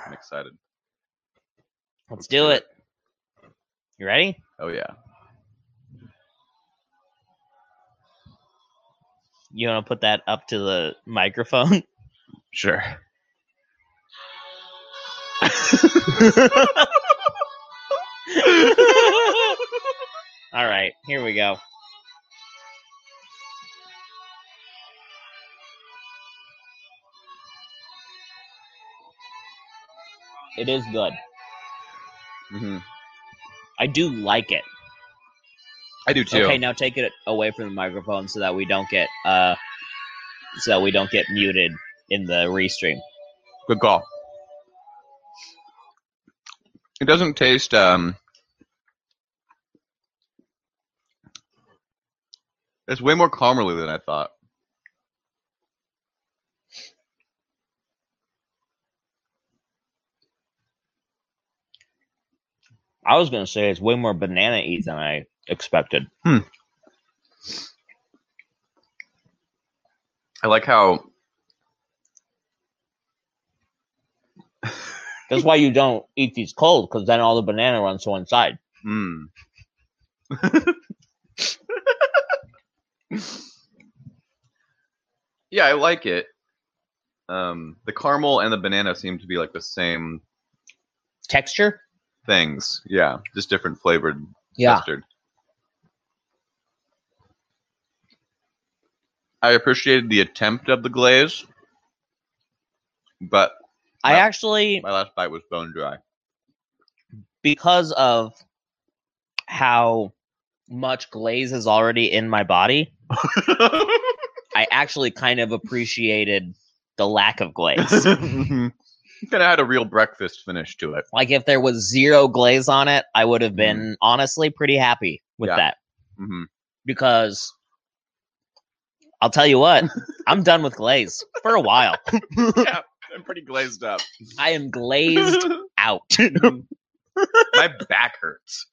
B: I'm excited.
A: Let's do it. You ready?
B: Oh yeah.
A: You want to put that up to the microphone?
B: Sure.
A: All right, here we go. It is good.
B: hmm
A: I do like it.
B: I do too.
A: Okay, now take it away from the microphone so that we don't get uh so that we don't get muted in the restream.
B: Good call. It doesn't taste um It's way more caramely than I thought.
A: I was gonna say it's way more banana y than I expected.
B: I like how
A: That's why you don't eat these cold, because then all the banana runs to one side.
B: mm. Yeah, I like it. Um the caramel and the banana seem to be like the same
A: Texture?
B: things. Yeah, just different flavored custard. I appreciated the attempt of the glaze, but
A: I
B: Yeah.
A: actually
B: my last bite was bone dry.
A: because of how much glaze is already in my body, I actually kind of appreciated the lack of glaze.
B: kind of had a real breakfast finish to it.
A: like if there was zero glaze on it, I would have been honestly pretty happy with
B: Yeah.
A: that
B: hmm
A: because I'll tell you what, I'm done with glaze for a while.
B: yeah, I'm pretty glazed up.
A: I am glazed
B: my
A: out.
B: back hurts.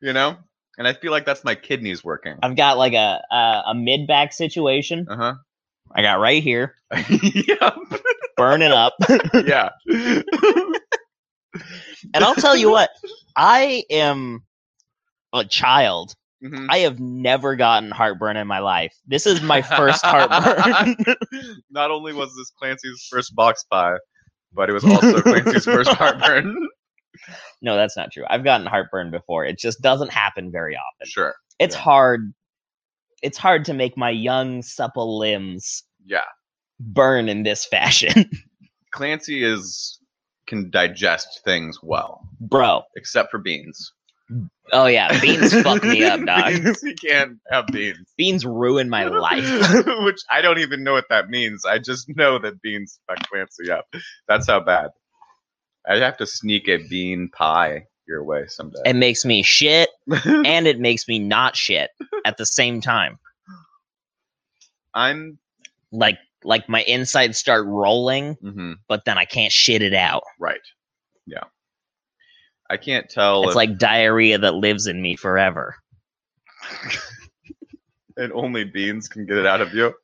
B: you know, and I feel like that's my kidneys working.
A: I've got like a a, a mid back situation.
B: Uh huh.
A: I got right here
B: yeah.
A: burning up.
B: Yeah.
A: And I'll tell you what, I am a child.
B: Mhm.
A: I have never gotten heartburn in my life. This is my first heartburn.
B: Not only was this Clancy's first box pie, but it was also Clancy's first heartburn.
A: no, that's not true. I've gotten heartburn before. It just doesn't happen very often.
B: Sure.
A: It's
B: Yeah.
A: hard. It's hard to make my young, supple limbs
B: Yeah.
A: burn in this fashion.
B: Clancy is can digest things well,
A: Bro.
B: except for beans.
A: Oh, yeah. Beans fuck me up, dog.
B: Beans, he can't have beans.
A: Beans ruin my life.
B: Which I don't even know what that means. I just know that beans fuck Clancy up. That's how bad. I'd have to sneak a bean pie your way someday.
A: It makes me shit and it makes me not shit at the same time.
B: I'm
A: Like, like my insides start rolling
B: mhm.
A: but then I can't shit it out.
B: Right. Yeah. I can't tell.
A: It's
B: if-
A: like diarrhea that lives in me forever.
B: and only beans can get it out of you.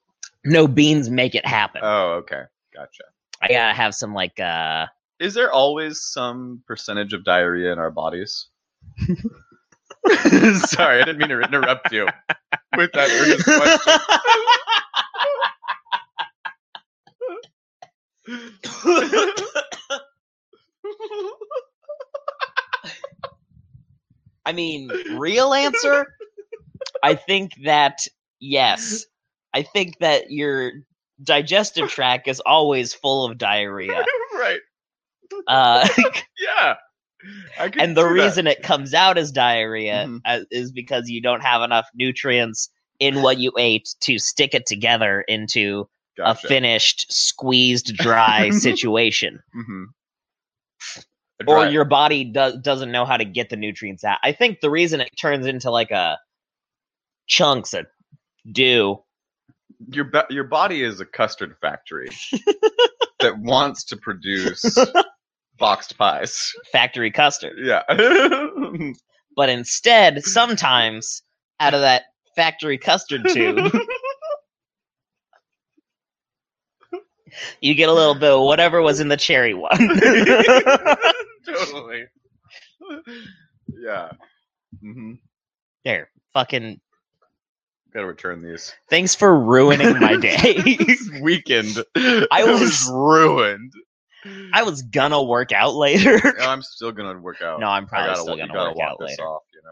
A: No beans make it happen.
B: Oh, okay. Gotcha.
A: I gotta have some like uh
B: Is there always some percentage of diarrhea in our bodies? Sorry, I didn't mean to interrupt you with that earnest question.
A: I mean, real answer. I think that yes, I think that your digestive tract is always full of diarrhea.
B: right.
A: Uh,
B: Yeah. I can
A: and the
B: see that.
A: reason it comes out as diarrhea
B: Mhm.
A: uh is because you don't have enough nutrients in what you ate to stick it together into
B: Gotcha.
A: a finished, squeezed, dry situation.
B: Mhm. A
A: Or
B: dry-
A: your body do- doesn't know how to get the nutrients out. I think the reason it turns into like a chunks of dew.
B: your ba- your body is a custard factory that wants to produce boxed pies.
A: factory custard.
B: Yeah.
A: But instead, sometimes out of that factory custard tube, you get a little bit of whatever was in the cherry one.
B: totally. Yeah. hmm
A: there. Fucking
B: Gotta return these.
A: thanks for ruining my day.
B: This weekend.
A: I
B: I was,
A: was-
B: ruined.
A: I was gonna work out later.
B: And I'm still gonna work out.
A: No, I'm probably
B: Oh, I gotta,
A: still
B: you
A: gonna
B: gotta
A: work
B: walk
A: out
B: this
A: later.
B: off, you know.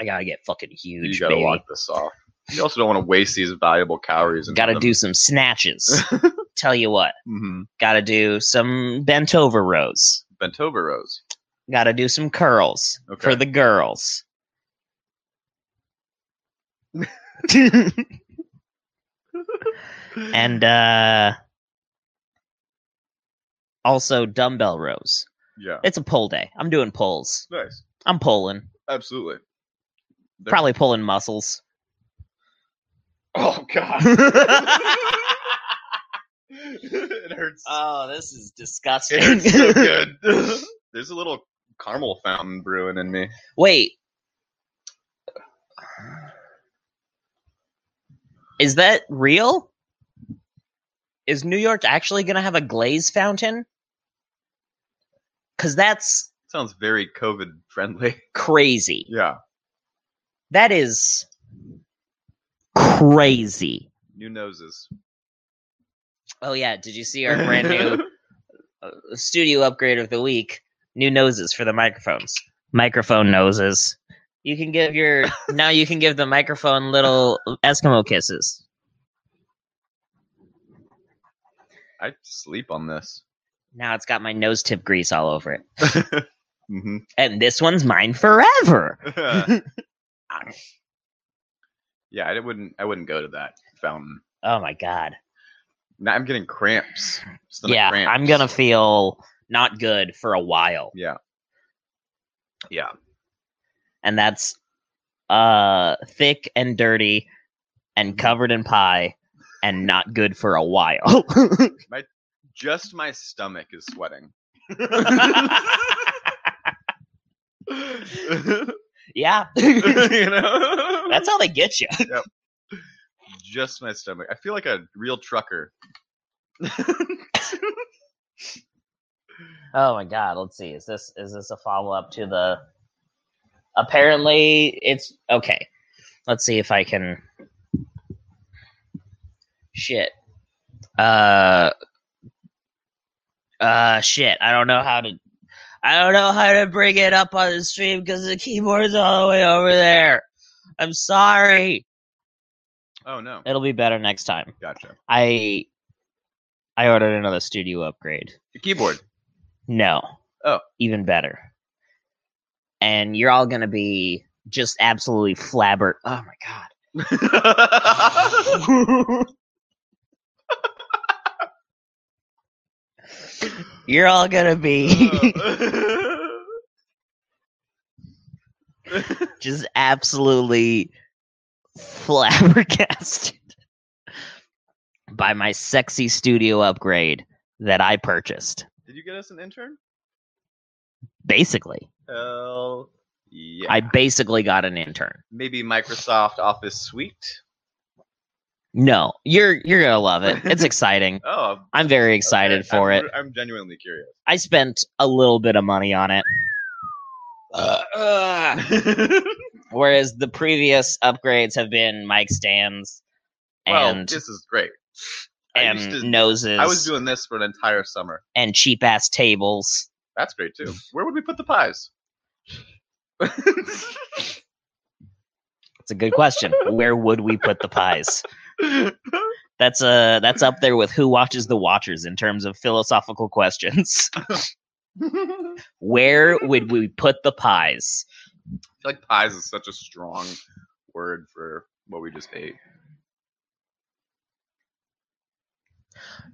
A: I gotta get fucking huge.
B: you gotta
A: baby.
B: walk this off. You also don't want to waste these valuable calories.
A: Gotta do some snatches. Tell you what,
B: hmm
A: gotta do some bent over rows.
B: bent over rows.
A: Gotta do some curls
B: Okay.
A: for the girls. and uh also dumbbell rows.
B: yeah,
A: It's a pull day. I'm doing pulls.
B: nice.
A: I'm pulling.
B: Absolutely. There-
A: Probably pulling muscles.
B: Oh god. it hurts.
A: oh, this is
B: it
A: disgusting.
B: hurts so good. There's a little caramel fountain brewing in me.
A: Wait. Is that real? Is New York actually going to have a glaze fountain? Cuz that's
B: Sounds very COVID friendly.
A: crazy.
B: Yeah.
A: That is crazy.
B: New noses.
A: Oh yeah, did you see our brand new uh, studio upgrade of the week? New noses for the microphones. Microphone noses. You can give your now you can give the microphone little Eskimo kisses.
B: I sleep on this.
A: Now it's got my nose tip grease all over it.
B: hmm
A: And this one's mine forever.
B: yeah, I wouldn't. I wouldn't go to that fountain.
A: Oh my god.
B: Now I'm getting cramps. Stomach
A: yeah,
B: cramps.
A: I'm gonna feel not good for a while.
B: Yeah. Yeah.
A: And that's uh thick and dirty and covered in pie and not good for a while.
B: Just my stomach is sweating.
A: yeah.
B: you know?
A: that's how they get you.
B: just my stomach. I feel like a real trucker.
A: Oh my god, let's see. Is this is this a follow up to the Apparently it's okay. Let's see if I can shit. Uh uh shit. I don't know how to I don't know how to bring it up on the stream cuz the keyboard's all the way over there. I'm sorry.
B: Oh no.
A: It'll be better next time.
B: Gotcha.
A: I I ordered another studio upgrade.
B: The keyboard.
A: No.
B: Oh.
A: Even better. And you're all gonna be just absolutely flabber. Oh my god. You're all gonna be just absolutely flabbergasted by my sexy studio upgrade that I purchased.
B: Did you get us an intern?
A: Basically,
B: Hell yeah.
A: I basically got an intern.
B: Maybe Microsoft Office Suite.
A: No, you're you're gonna love it. It's exciting.
B: Oh,
A: I'm very excited
B: okay.
A: for
B: I'm,
A: it.
B: I'm genuinely curious.
A: I spent a little bit of money on it. Uh, Whereas the previous upgrades have been mic stands
B: well,
A: and
B: this is great. I used
A: and
B: to-
A: noses
B: I was doing this for an entire summer.
A: and cheap ass tables.
B: That's great too. Where would we put the pies?
A: It's a good question. Where would we put the pies? That's uh that's up there with who watches the Watchers in terms of philosophical questions. Where would we put the pies?
B: feel like pies is such a strong word for what we just ate.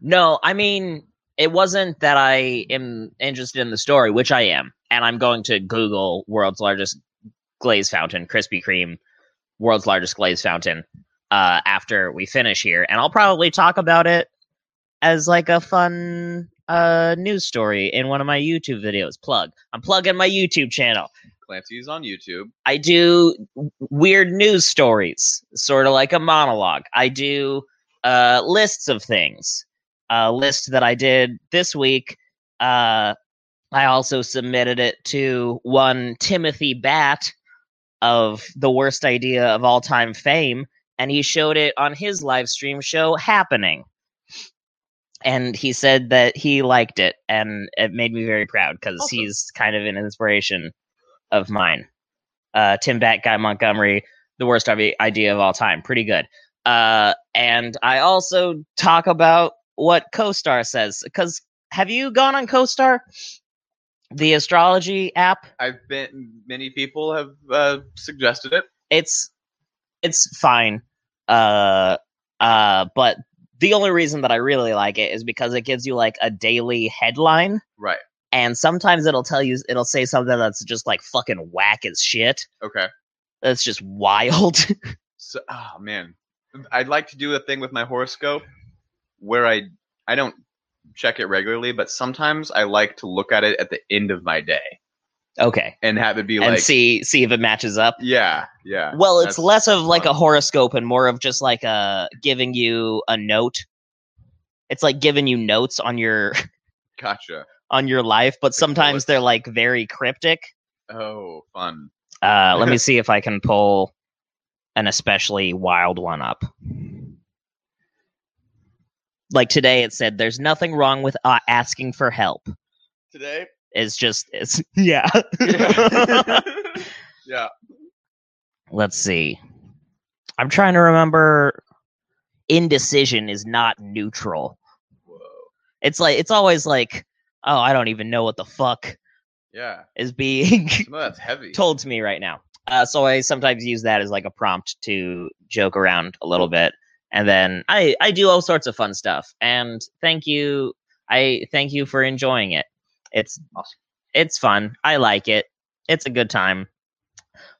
A: No, I mean it wasn't that I am interested in the story, which I am, and I'm going to Google world's largest glaze fountain, Krispy Kreme, world's largest glaze fountain, uh, after we finish here, and I'll probably talk about it as like a fun uh news story in one of my YouTube videos. Plug. I'm plugging my YouTube channel.
B: Clancy's on YouTube.
A: I do w- weird news stories, sort of like a monologue. I do uh, lists of things. A list that I did this week. Uh, I also submitted it to one Timothy Bat of the worst idea of all time fame, and he showed it on his live stream show happening. And he said that he liked it, and it made me very proud because
B: Awesome.
A: he's kind of an inspiration of mine. Uh, Tim Bat Guy Montgomery, the worst obvi- idea of all time. Pretty good. Uh, and I also talk about what CoStar says because have you gone on CoStar, the astrology app?
B: I've been many people have uh, suggested it.
A: It's it's fine, uh, uh, but the only reason that I really like it is because it gives you like a daily headline,
B: Right.
A: and sometimes it'll tell you it'll say something that's just like fucking whack as shit.
B: Okay.
A: That's just wild.
B: So, oh man, I'd like to do a thing with my horoscope where I I don't check it regularly, but sometimes I like to look at it at the end of my day
A: okay,
B: and have it be
A: and
B: like,
A: see see if it matches up.
B: yeah, yeah.
A: Well, it's
B: That's
A: less of like
B: fun.
A: a horoscope and more of just like a giving you a note. It's like giving you notes on your
B: Gotcha.
A: on your life, but sometimes
B: bullets.
A: they're like very cryptic.
B: Oh, fun.
A: Uh, let me see if I can pull an especially wild one up. Like today, it said, "There's nothing wrong with uh, asking for help."
B: Today.
A: It's just, it's yeah.
B: Yeah. yeah.
A: Let's see. I'm trying to remember. Indecision is not neutral.
B: Whoa.
A: It's like it's always like, oh, I don't even know what the fuck
B: Yeah.
A: is being
B: Some of that's heavy.
A: told to me right now. Uh, so I sometimes use that as like a prompt to joke around a little bit, and then I I do all sorts of fun stuff. And thank you, I thank you for enjoying it. It's
B: Awesome.
A: it's fun. I like it. It's a good time.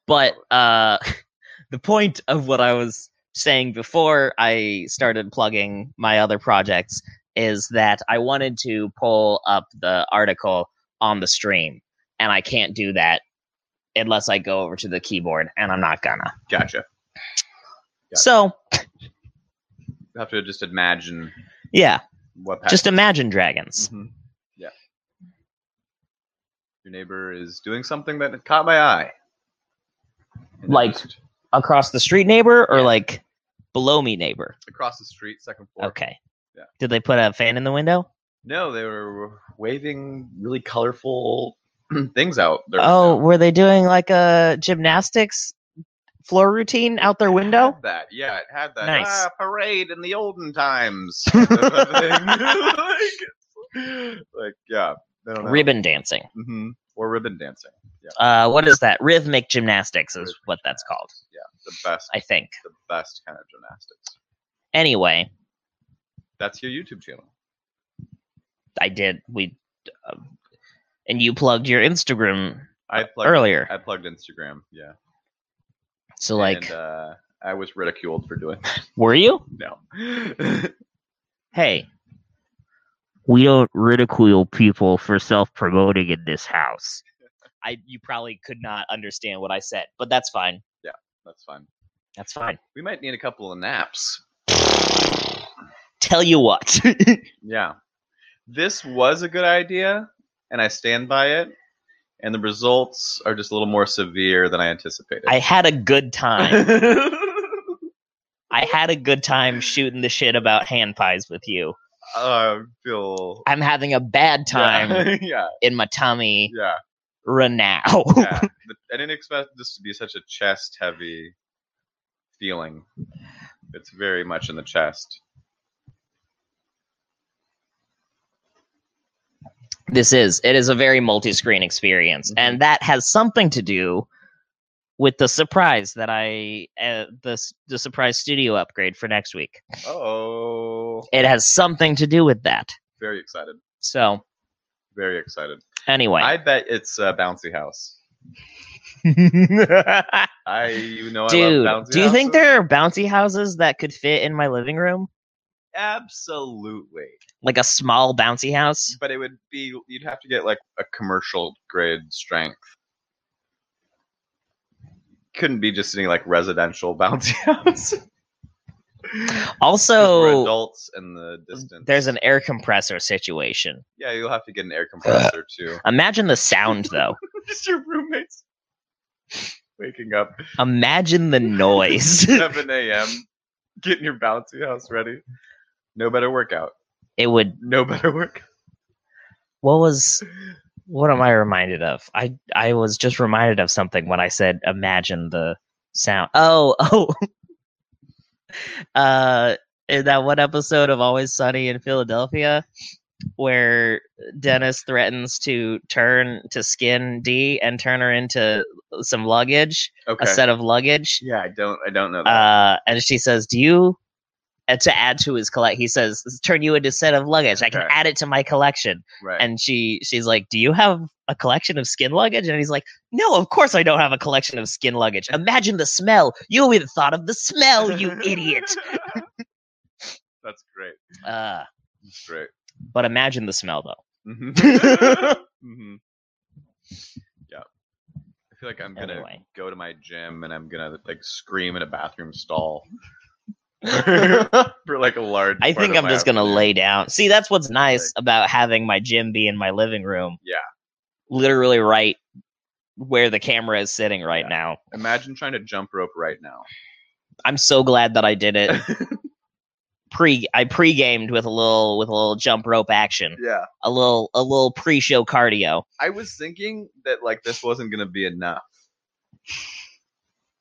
A: But uh, the point of what I was saying before I started plugging my other projects is that I wanted to pull up the article on the stream, and I can't do that unless I go over to the keyboard, and I'm not gonna.
B: Gotcha. Gotcha.
A: So,
B: You have to just imagine
A: yeah,
B: what that
A: just imagine dragons.
B: Mhm. Yeah. Your neighbor is doing something that caught my eye. And I
A: Like-
B: just-
A: Across the street neighbor or
B: Yeah.
A: like below me neighbor?
B: across the street, second floor.
A: Okay.
B: Yeah.
A: Did they put a fan in the window?
B: No, they were waving really colorful things out there.
A: Oh, were they doing like a gymnastics floor routine out their window?
B: Had that yeah, it had that
A: Nice.
B: ah, parade in the olden times. type of thing. like, like, yeah, I don't know.
A: Ribbon dancing.
B: Mhm. or ribbon dancing.
A: Uh, what is that? Rhythmic gymnastics is what that's called,
B: The best,
A: I think.
B: the best kind of gymnastics.
A: Anyway,
B: That's your YouTube channel.
A: I did. We. Um, and you plugged your Instagram
B: I plugged,
A: earlier.
B: I plugged Instagram. Yeah.
A: so, like,
B: and, uh, I was ridiculed for doing that.
A: were you?
B: No.
A: hey, we don't ridicule people for self promoting in this house. I you probably could not understand what I said, but that's fine.
B: That's fine.
A: That's fine.
B: We might need a couple of naps.
A: Tell you what.
B: Yeah. This was a good idea, and I stand by it. And the results are just a little more severe than I anticipated.
A: I had a good time. I had a good time shooting the shit about hand pies with you.
B: Uh, I feel
A: I'm having a bad time
B: Yeah,
A: in my tummy
B: yeah,
A: right now.
B: yeah. The- I didn't expect this to be such a chest heavy feeling. It's very much in the chest.
A: This is it is a very multi-screen experience, and that has something to do with the surprise that I uh, the s- the surprise studio upgrade for next week.
B: Oh,
A: It has something to do with that.
B: very excited.
A: So
B: Very excited.
A: anyway,
B: I bet it's uh, Bouncy House. I you know
A: dude,
B: Oh, I love Bouncy
A: do you think
B: Houses.
A: there are bouncy houses that could fit in my living room,
B: absolutely?
A: like a small bouncy house?
B: But it would be you'd have to get like a commercial grade strength. Couldn't be just any like residential bouncy house. 'Cause we're
A: Also,
B: adults in the distance.
A: there's an air compressor situation.
B: yeah. You'll have to get an air compressor too.
A: Imagine the sound though.
B: just your roommates waking up
A: Imagine the noise.
B: 7 a.m. getting your bouncy house ready. No better workout.
A: it would
B: No better workout.
A: what was what am I reminded of? I I was just reminded of something when I said imagine the sound. Oh, oh. uh in that one episode of Always Sunny in Philadelphia where Dennis threatens to turn to skin D and turn her into some luggage,
B: Okay.
A: a set of luggage.
B: Yeah, I don't. I don't know that.
A: Uh, and she says, "Do you?" And to add to his collect, he says, "Turn you into a set of luggage. I can
B: Okay.
A: add it to my collection."
B: right.
A: And she she's like, "Do you have a collection of skin luggage?" And he's like, "No, of course I don't have a collection of skin luggage. Imagine the smell. You even thought of the smell, you idiot."
B: That's great.
A: Uh,
B: That's great.
A: but imagine the smell though.
B: hmm hmm Yeah. I feel like I'm gonna
A: Anyway.
B: go to my gym and I'm gonna like scream in a bathroom stall for like a large.
A: I
B: part
A: think I'm
B: of my
A: just gonna
B: afternoon.
A: lay down. See, that's what's nice about having my gym be in my living room.
B: Yeah.
A: Literally right where the camera is sitting right
B: Yeah.
A: now.
B: Imagine trying to jump rope right now.
A: I'm so glad that I did it. pre I pre-gamed with a little with a little jump rope action,
B: Yeah.
A: a little a little pre-show cardio.
B: I was thinking that like this wasn't gonna be enough.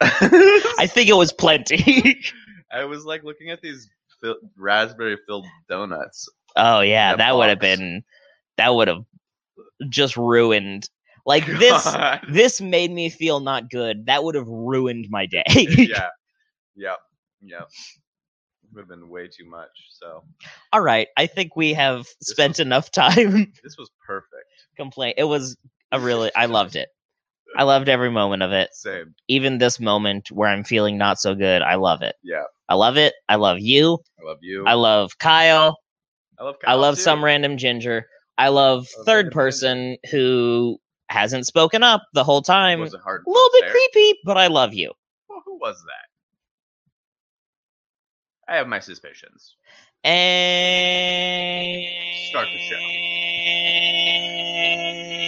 A: I think it was plenty.
B: I was like looking at these fil- raspberry filled donuts.
A: oh yeah,
B: That
A: that would have
B: box.
A: been that would have just ruined like this
B: God.
A: this made me feel not good. That would have ruined my day.
B: yeah, yeah, yeah. Would have been way too much. So
A: All right, I think we have
B: This
A: spent enough time
B: this was perfect.
A: complain. It was a really I loved it. I loved every moment of it.
B: Same.
A: Even this moment where I'm feeling not so good, I love it.
B: Yeah.
A: I love it. I love you.
B: I love you.
A: I love Kyle.
B: I love.
A: I
B: Kyle,
A: love
B: too.
A: some random ginger. I love
B: Oh,
A: third
B: random
A: person who hasn't spoken up the whole time.
B: Was
A: A
B: it hard?
A: little bit
B: there?
A: creepy, but I love you.
B: Well, who was that? I have my suspicions.
A: And
B: Start the
A: show.